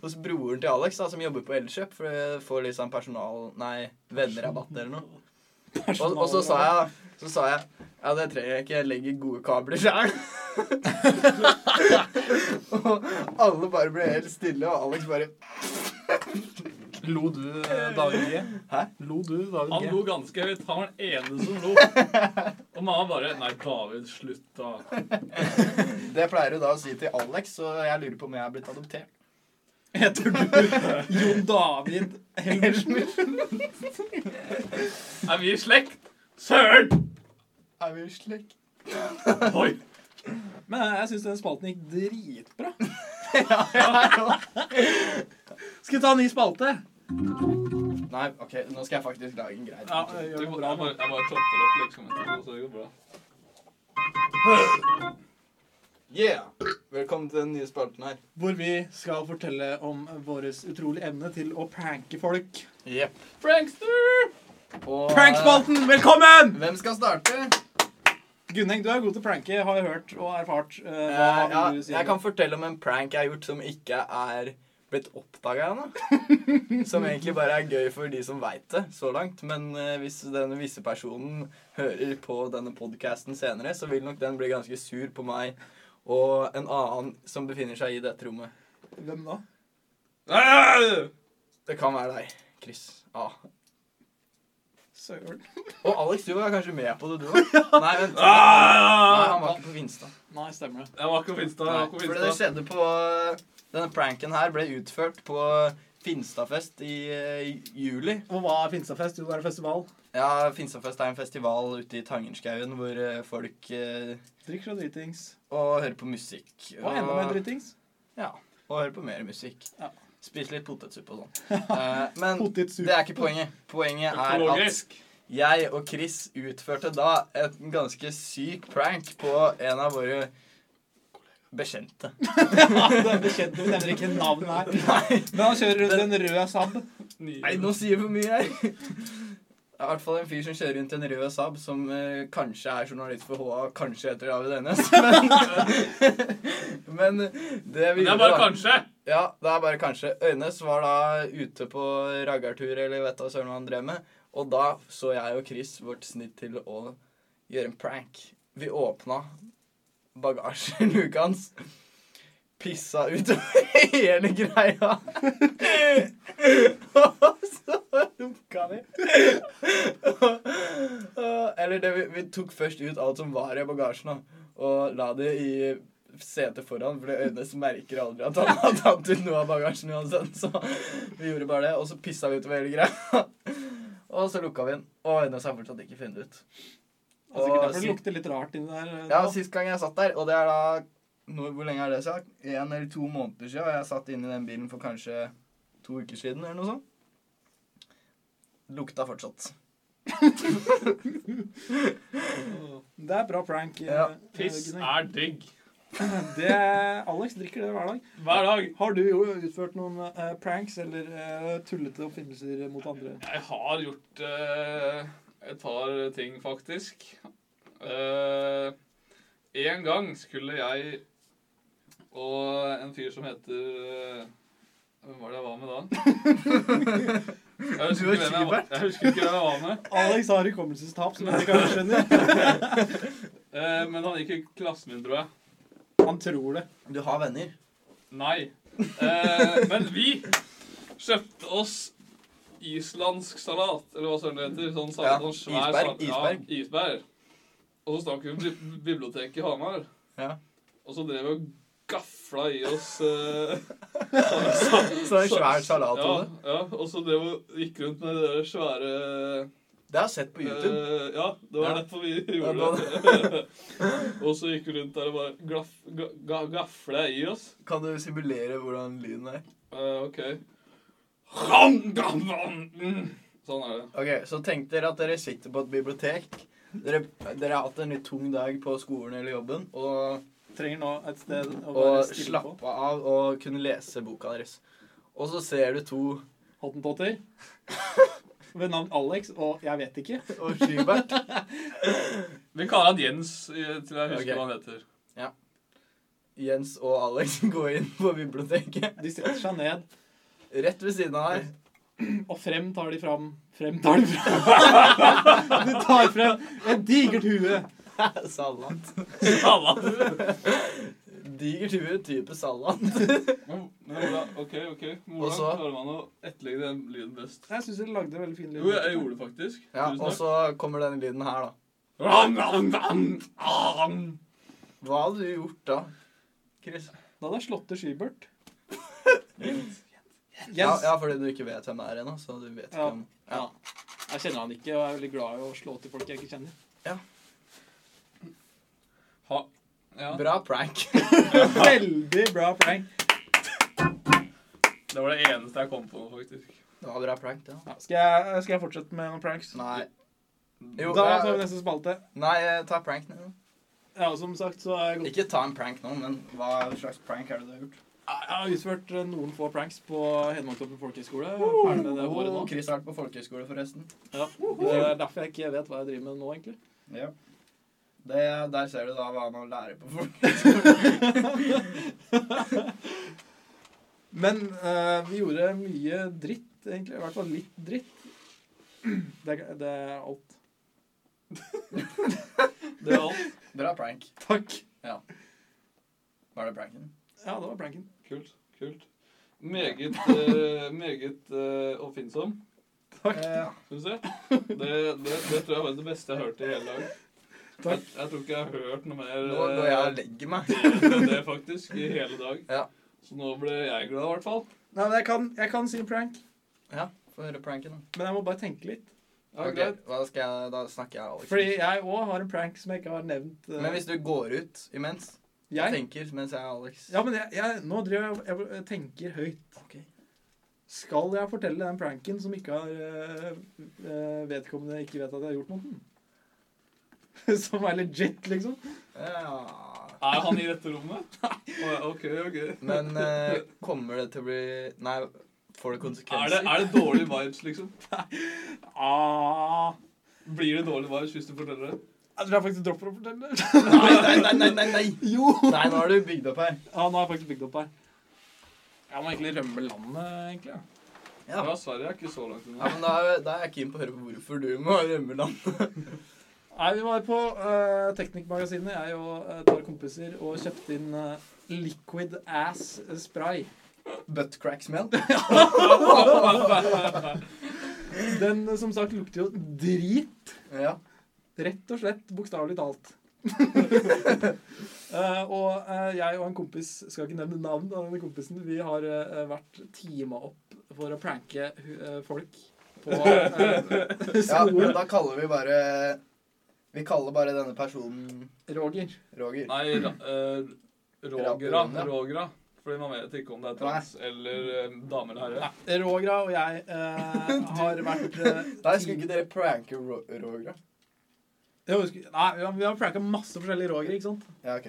S3: hos broren til Alex, da, som jobber på Elkjøp, for å få litt sånn personal... Nei, vennerabatt eller noe. Og, og så sa jeg så sa jeg ja, det trenger jeg ikke, jeg legger gode kabler sjøl. og alle bare ble helt stille, og Alex bare
S4: Lo du, eh, David G?
S3: Hæ?
S4: Lo du,
S2: Han
S4: David G?
S2: lo ganske høyt. Han var den ene som lo. Og mamma bare Nei, David, slutt, da.
S3: Det pleier du da å si til Alex, så jeg lurer på om jeg er blitt adoptert.
S4: Heter du Jon David Helmersen?
S2: Er vi i slekt? Søren!
S3: Er vi slik?
S2: Oi.
S4: Men jeg syns den spalten gikk dritbra. Skal vi ta en ny spalte?
S3: Nei, OK, nå skal jeg faktisk lage en grei
S4: Ja,
S2: Det
S4: gjør
S2: går
S4: noe
S2: bra.
S4: bra.
S2: Jeg bare, jeg bare klapper opp, liksom. etterpå, Så det går bra.
S3: Yeah! Velkommen til den nye spalten her.
S4: Hvor vi skal fortelle om vår utrolige evne til å pranke folk.
S3: Jepp.
S2: Prankster!
S3: Og eh,
S4: Prankspalten, velkommen!
S3: Hvem skal starte?
S4: Gunneng, du er god til å pranke, har jeg hørt og erfart. Eh,
S3: Eh,
S4: Hva vil
S3: ja,
S4: du si?
S3: jeg kan fortelle om en prank jeg har gjort som ikke er blitt oppdaga ennå. Som egentlig bare er gøy for de som veit det så langt. Men eh, hvis denne visse personen hører på denne podkasten senere, så vil nok den bli ganske sur på meg og en annen som befinner seg i dette rommet.
S4: Hvem da?
S3: Det kan være deg, Chris. Ja.
S4: Søren.
S3: Og Alex, du var kanskje med på det, du òg? Nei, vent. Nei, han var ikke på Finstad.
S4: Nei, stemmer det.
S2: Jeg var ikke på Insta. Jeg var ikke
S3: For
S2: på
S3: det
S2: Insta.
S3: skjedde på Denne pranken her ble utført på Finstadfest i eh, juli.
S4: Og hva er Finstadfest? Jo, det er en festival.
S3: Ja, Finstadfest er en festival ute i Tangenskauen hvor eh, folk eh,
S4: Drikk og dritings.
S3: og hører på musikk.
S4: Og enda mer dritings.
S3: Ja, og hører på mer musikk.
S4: Ja.
S3: Spiser litt potetsuppe og sånn. Eh, men
S4: Potetsuppe.
S3: det er ikke poenget. Poenget er at
S7: Økologisk.
S3: jeg og Chris utførte da et ganske syk prank på en av våre bekjente.
S4: Det er bekjent, vi nevner ikke navn her. Men han kjører rundt en rød Saab.
S3: Nei, nå sier jeg for mye her. Det er i hvert fall en fyr som kjører rundt en rød Saab, som eh, kanskje er journalist for HA, kanskje heter David Enes. Men, men det vi
S7: Men det
S3: gjorde
S7: er bare
S3: da-
S7: kanskje.
S3: Ja, det er bare kanskje. Øynes var da ute på raggartur, eller vet da søren hva han drev med. Og da så jeg og Chris vårt snitt til å gjøre en prank. Vi åpna bagasjeluka hans. Pissa utover hele greia. Og så lukka vi. Eller det vi, vi tok først ut alt som var i bagasjen, da, og la det i sete foran, for Øynes merker aldri at han har tatt ut noe av bagasjen uansett. Så vi gjorde bare det, og så pissa vi utover hele greia. Og så lukka vi den, og Øynes har fortsatt ikke funnet ut.
S4: Det er sikkert derfor
S3: si-
S4: det lukter litt rart inni der. eh,
S3: ja,
S4: nå.
S3: sist gang jeg satt der, og det er da nå, Hvor lenge er det siden? En eller to måneder siden. og Jeg satt inne i den bilen for kanskje to uker siden eller noe sånt. Lukta fortsatt.
S4: Det er bra prank. eh,
S3: Ja.
S4: eh,
S7: Piss
S4: Gunnar.
S7: er digg.
S4: Det, Alex drikker det hver dag.
S7: Hver dag.
S4: Har du jo utført noen eh, pranks eller eh, tullete oppfinnelser mot andre?
S2: Jeg har gjort eh, et par ting, faktisk. Eh, en gang skulle jeg og en fyr som heter eh, Hvem var det jeg var med da? Jeg husker,
S3: Du og
S2: ikke hvem jeg, var, jeg husker ikke hvem jeg var med.
S4: Alex har hukommelsestap, som dere kanskje skjønner.
S2: Eh, men han gikk i klassen min, tror jeg.
S4: Han tror det.
S3: Du har venner.
S2: Nei. Eh, men vi kjøpte oss islandsk salat, eller hva søren det heter. Sånn salat,
S3: Ja,
S2: sånn svær
S3: isberg,
S2: salat.
S3: isberg.
S2: Ja, isberg. Og så stakk vi på bi- biblioteket i Hamar,
S3: Ja.
S2: og så drev vi og gafla i oss eh,
S3: Så er det svær salat
S2: ja,
S3: over.
S2: ja, og så drev og gikk rundt med det der svære
S3: Det har jeg sett på YouTube.
S2: eh, Ja, det var
S3: Ja.
S2: derfor vi
S3: Ja,
S2: gjorde det. og så gikk vi rundt der og bare glaff, ga, ga, gafla i oss.
S4: Eh.
S3: Kan du simulere hvordan lyden er?
S2: Eh, OK. Sånn er det.
S3: Ok, Så tenk dere at dere sitter på et bibliotek. Dere, dere har hatt en litt tung dag på skolen eller jobben. og...
S4: Trenger nå et sted å være
S3: og
S4: stille på.
S3: slappe av og kunne lese boka deres. Og så ser du to
S4: Hottentotter. Ved navn Alex og jeg vet ikke.
S3: og Skybert.
S2: Vi kaller han Jens eh, til jeg husker
S3: Ok.
S2: hva han heter.
S3: Jens og Alex går inn på biblioteket.
S4: De setter seg ned,
S3: Rett ved siden av her.
S4: og frem tar de fram Frem tar de fram De tar frem et digert hue.
S3: Salat.
S7: Salat.
S3: Digert hue, type salat.
S2: Men, men hvordan, ok, ok. Men
S3: Og
S2: hvordan
S3: så-
S2: klarer man å etterlegge den lyden best?
S4: Jeg syns dere lagde veldig fin
S2: Jo, jeg, jeg
S4: lyd.
S2: gjorde det faktisk.
S3: Ja,
S2: Tusen
S3: og
S2: takk.
S3: så kommer denne lyden her, da.
S2: Ram, ram, ram, ram.
S3: Hva hadde du gjort da? Chris?
S4: Da hadde jeg slått til Skybert. Jens.
S3: Ja, ja, fordi du ikke vet hvem det er ennå, så du vet ikke
S4: Ja.
S3: om
S4: Ja. Jeg kjenner han ikke, og jeg er veldig glad i å slå til folk jeg ikke kjenner.
S2: Ha, ja.
S3: Bra prank.
S4: Veldig bra prank.
S2: Det var det eneste jeg kom på, faktisk.
S3: Det var bra prank, det. da.
S4: Ja, skal, jeg, skal jeg fortsette med noen pranks?
S3: Nei. Jo,
S4: da
S3: jeg-
S4: tar vi neste spalte.
S3: Nei, eh, ta prank nå.
S4: Ja, som sagt så har jeg, gått,
S3: Ikke ta en prank nå, men hva slags prank er det du har gjort?
S4: jeg har utført eh, noen få pranks på Hedmarktoppen folkehøgskole. Ferdig med det året nå.
S3: Chris har vært på folkehøyskole, forresten.
S4: Ja. Det er derfor jeg ikke vet hva jeg driver med nå, egentlig.
S3: Ja. Det, der ser du da hva man lærer på folk.
S4: Men eh, vi gjorde mye dritt, egentlig. I hvert fall litt dritt. Det, er- det er alt.
S2: Det er alt.
S3: Bra prank.
S4: Takk.
S3: Var det pranken?
S4: Ja, det var pranken.
S2: Kult, kult. Meget, eh, meget eh, oppfinnsom,
S4: Takk.
S3: Eh,
S2: syns jeg. Det, det, det tror jeg var det beste jeg har hørt i hele dag. Jeg, jeg tror ikke jeg har hørt noe mer
S3: Nå går
S2: eh,
S3: jeg og legger meg.
S2: det, det faktisk i hele dag.
S3: Ja.
S2: Så nå ble jeg glad, i hvert fall.
S4: Nei, men jeg kan, jeg kan si en prank,
S3: Ja, få høre pranken, da.
S4: men jeg må bare tenke litt.
S2: Ja,
S3: Ok,
S2: greit.
S3: hva skal jeg, Da snakker jeg Alex.
S4: Fordi jeg òg har en prank som jeg ikke har nevnt. eh,
S3: Men hvis du går ut imens Jeg
S4: jeg,
S3: tenker mens jeg er Alex.
S4: ja, men jeg, jeg, nå driver jeg, jeg, tenker høyt.
S3: Ok.
S4: Skal jeg fortelle den pranken som ikke har eh, eh, vedkommende ikke vet at jeg har gjort mot den? som er legit, liksom?
S3: Ja.
S2: Er han i dette rommet? Å, ja, ok, ok.
S3: Men eh, kommer det til å bli Nei, får det
S2: Er det,
S3: konsekvenser?
S2: er det dårlige vibes, liksom?
S4: Ah,
S2: Blir det dårlige vibes hvis du forteller det?
S4: jeg tror jeg faktisk dropper å fortelle det.
S3: Nei, nei, nei, nei, nei, nei.
S4: jo!
S3: Nei, nå har du bygd opp her.
S4: Ja, nå har jeg faktisk bygd opp her. Jeg må egentlig rømme landet, egentlig. ja.
S3: Ja.
S2: Ja, Sverige er ikke så langt
S3: Ja,
S2: unna.
S3: men da, da er jeg keen på å høre på hvorfor du må rømme landet.
S4: Nei, vi var på eh, Teknikkmagasinet, jeg og eh, et par kompiser, og kjøpte inn eh, Liquid Ass Spray.
S3: Buttcrack smell.
S4: Den eh, som sagt lukter jo drit,
S3: Ja.
S4: rett og slett, bokstavelig talt. Eh, og eh, jeg og en kompis skal ikke nevne navn av denne kompisen. Vi har eh, vært teama opp for å pranke eh, folk på eh,
S3: ja, men
S4: skolen.
S3: da kaller vi bare Vi kaller bare denne personen
S4: Roger.
S3: Roger.
S2: Nei, ra, eh, Rogera. Rogera. Fordi man vet ikke om det er trans eller eh, dame eller herre.
S4: Rogra og jeg eh, har vært eh,
S3: Nei, skulle ikke dere pranke Ro- Roger, da?
S4: Jeg husker, nei, vi har- vi har pranka masse forskjellige Roger, ikke sant?
S3: Ja, ok.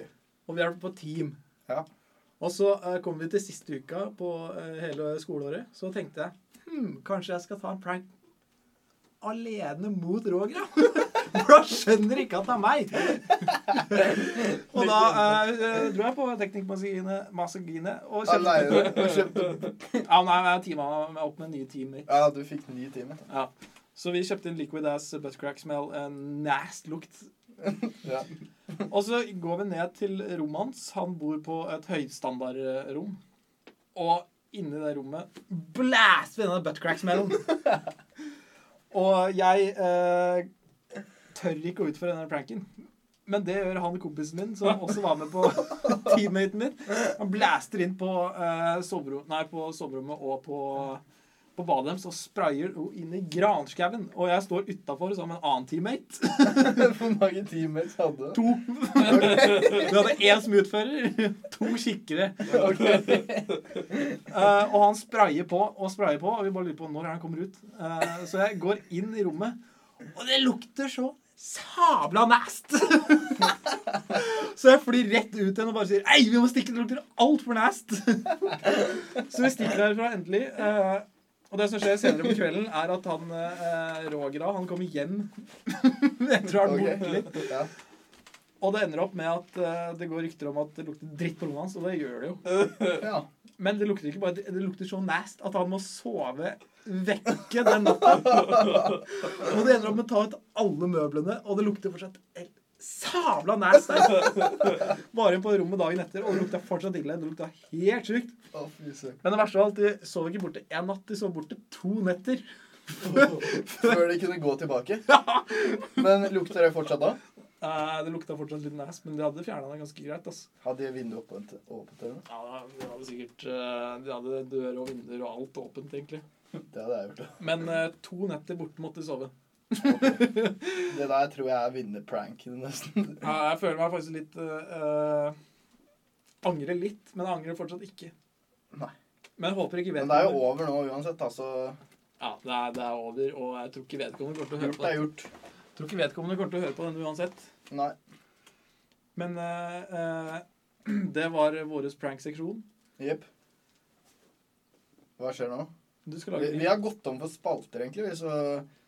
S4: Og vi er på team.
S3: Ja.
S4: Og så eh, kom vi til siste uka på eh, hele skoleåret. Så tenkte jeg hm, kanskje jeg skal ta en prank alene mot Roger, ja. For han skjønner ikke at det er meg. og da eh, dro jeg på Teknikkmagasinet Masaginet og
S3: Ah,
S4: kjøpte
S3: Aleine og kjøpte
S4: Ja, nei, jeg teama meg opp med nye teamer.
S3: Ja, du fikk ny time.
S4: Ja. Så vi kjøpte en liquid ass buttcrack smell, en nast lukt.
S3: Ja.
S4: Og så går vi ned til rommet hans. Han bor på et høystandardrom. Og inni det rommet blæster vi denne buttcrack smellen. Og jeg eh, tør ikke å utføre denne pranken. Men det gjør han kompisen min, som også var med på teammaten min. Han blæster inn på, eh, soverom, nei, på soverommet og på på badet deres og sprayer henne inn i granskauen. Og jeg står utafor sammen med en annen teammate.
S3: Hvor mange teammates hadde du?
S4: To. Vi hadde én som utfører, to kikkere. Eh, og han sprayer på og sprayer på, og vi bare lurer på når han kommer ut. Eh, så jeg går inn i rommet, og det lukter så sabla nast! så jeg flyr rett ut igjen og bare sier Ei, vi må stikke, det lukter altfor nast! så vi stikker derfra endelig. eh, og det som skjer senere på kvelden, er at han eh, Roger da, han kommer hjem. jeg tror han er borte litt.
S3: Ja.
S4: Og det ender opp med at eh, det går rykter om at det lukter dritt på rommet hans, og det gjør det jo.
S3: ja.
S4: Men det lukter ikke bare dritt, det lukter så nast at han må sove vekke den natta. og det ender opp med å ta ut alle møblene, og det lukter fortsatt helt sabla nast der. Bare på rommet dagen etter, og det lukta fortsatt ille. Det lukta helt sjukt.
S3: Å, fy søren.
S4: Men det verste av alt, de sov ikke borte én natt, de sov borte to netter.
S3: Før de kunne gå tilbake. Men lukter det fortsatt da?
S4: Eh, det lukta fortsatt litt nast, men de hadde fjerna det ganske greit. altså.
S3: Hadde jeg vinduet åpent? åpent eller noe?
S4: Ja, de hadde sikkert eh, De hadde dører og vinduer og alt åpent, egentlig.
S3: Det hadde jeg gjort. da.
S4: Men eh, to netter borte måtte de sove.
S3: Det der tror jeg er vinnerpranken, nesten.
S4: Ja, jeg føler meg faktisk litt eh, eh, Angrer litt, men jeg angrer fortsatt ikke.
S3: Nei.
S4: Men jeg håper ikke
S3: Men det er jo
S4: vedkommende
S3: over nå uansett, altså.
S4: Ja, det er, det er over, og jeg tror ikke vedkommende kommer til å høre
S3: Gjort
S4: på
S3: er
S4: den.
S3: gjort.
S4: Jeg tror ikke vedkommende kommer til å høre på den uansett.
S3: Nei.
S4: Men eh, eh, det var eh, vår prankseksjon.
S3: Jepp. Hva skjer nå?
S4: Du skal
S3: Vi,
S4: lage
S3: vi har gått om for spalter, egentlig. vi, Så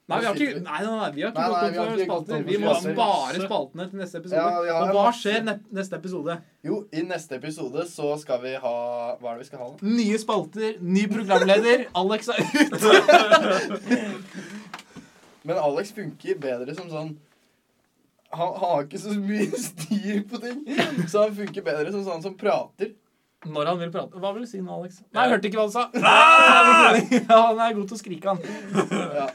S4: Nei, vi har ikke, nei, nei, nei, vi har ikke
S3: Nei, nei,
S4: gått om
S3: vi har
S4: for
S3: ikke gått om
S4: spalter.
S3: for
S4: Vi må
S3: spalter.
S4: spare spaltene til neste episode.
S3: Ja, vi har
S4: og hva
S3: masse.
S4: skjer ne neste episode?
S3: jo, i neste episode så skal vi ha Hva er det vi skal ha? da?
S4: Nye spalter, ny programleder. Alex er ute.
S3: Men Alex funker bedre som sånn Han han har ikke så mye styr på ting, så han funker bedre som sånn som prater.
S4: Når han vil prate. Hva vil du si nå, Alex? Nei, jeg hørte ikke hva han sa. Ja, han er god til å skrike, han.
S3: Ja.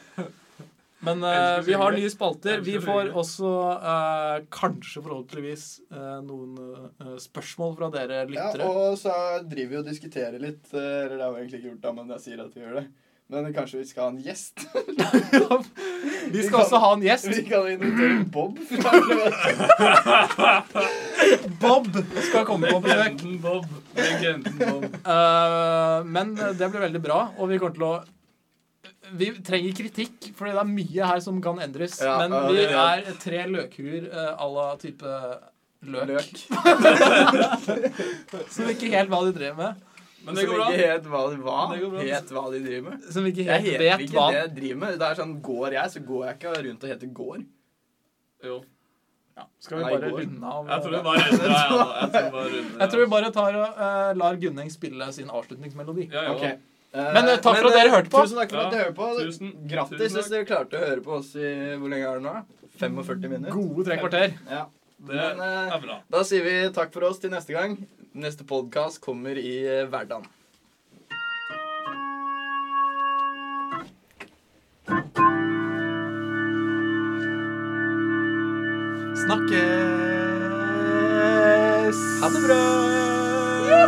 S4: Men eh,
S2: Elsker
S4: vi har
S2: fingre.
S4: nye spalter. Vi
S2: Elsker
S4: får
S2: fingre.
S4: også eh, kanskje forhåpentligvis eh, noen eh, spørsmål fra dere
S3: Ja,
S4: lyttere.
S3: og så driver vi og diskuterer litt. eh, Eller det har vi egentlig ikke gjort, da, men jeg sier at vi gjør det. Men kanskje vi skal ha en gjest?
S4: vi skal også ha en gjest.
S3: Vi kan invitere Bob. fra-
S4: Bob skal komme på besøk.
S2: Legenden Bob. Legenden Bob.
S4: Eh, men det blir veldig bra, og vi kommer til å Vi trenger kritikk, for det er mye her som kan endres.
S3: Ja,
S4: men
S3: ja,
S4: vi
S3: det er
S4: er tre løkhuer eh, à la type løk,
S3: Løk.
S4: som vi ikke helt hva de driver med.
S2: Men det går bra.
S3: Som ikke het hva, hva,
S2: Det går bra.
S3: het hva de driver med.
S4: Som vi ikke
S3: Jeg
S4: helt
S3: heter
S4: vet
S3: ikke
S4: hva
S3: det jeg driver med. Det er sånn, Går jeg, så går jeg ikke rundt og heter Gård.
S2: Jo.
S4: Skal vi
S3: Nei,
S4: bare
S3: går.
S4: runde av?
S2: Jeg tror vi bare runder. ja, ja. altså. Jeg tror vi bare runder.
S4: Jeg tror vi bare tar og eh, lar Gunneng spille sin avslutningsmelodi.
S2: Ja, ja.
S3: Ok. Eh,
S4: Men, eh, takk for at
S3: eh,
S4: dere hørte på.
S3: Tusen takk for at
S2: Ja,
S3: dere hørte på.
S2: tusen-
S3: Grattis
S2: tusen takk.
S3: hvis dere klarte å høre på oss i Hvor lenge er det nå? 45 minutter?
S4: Gode tre kvarter.
S3: Ja.
S2: Det
S3: Men, eh,
S2: er bra.
S3: Da sier vi takk for oss til neste gang. Neste podkast kommer i eh, hverdagen.
S4: Snakkes! Ha det bra!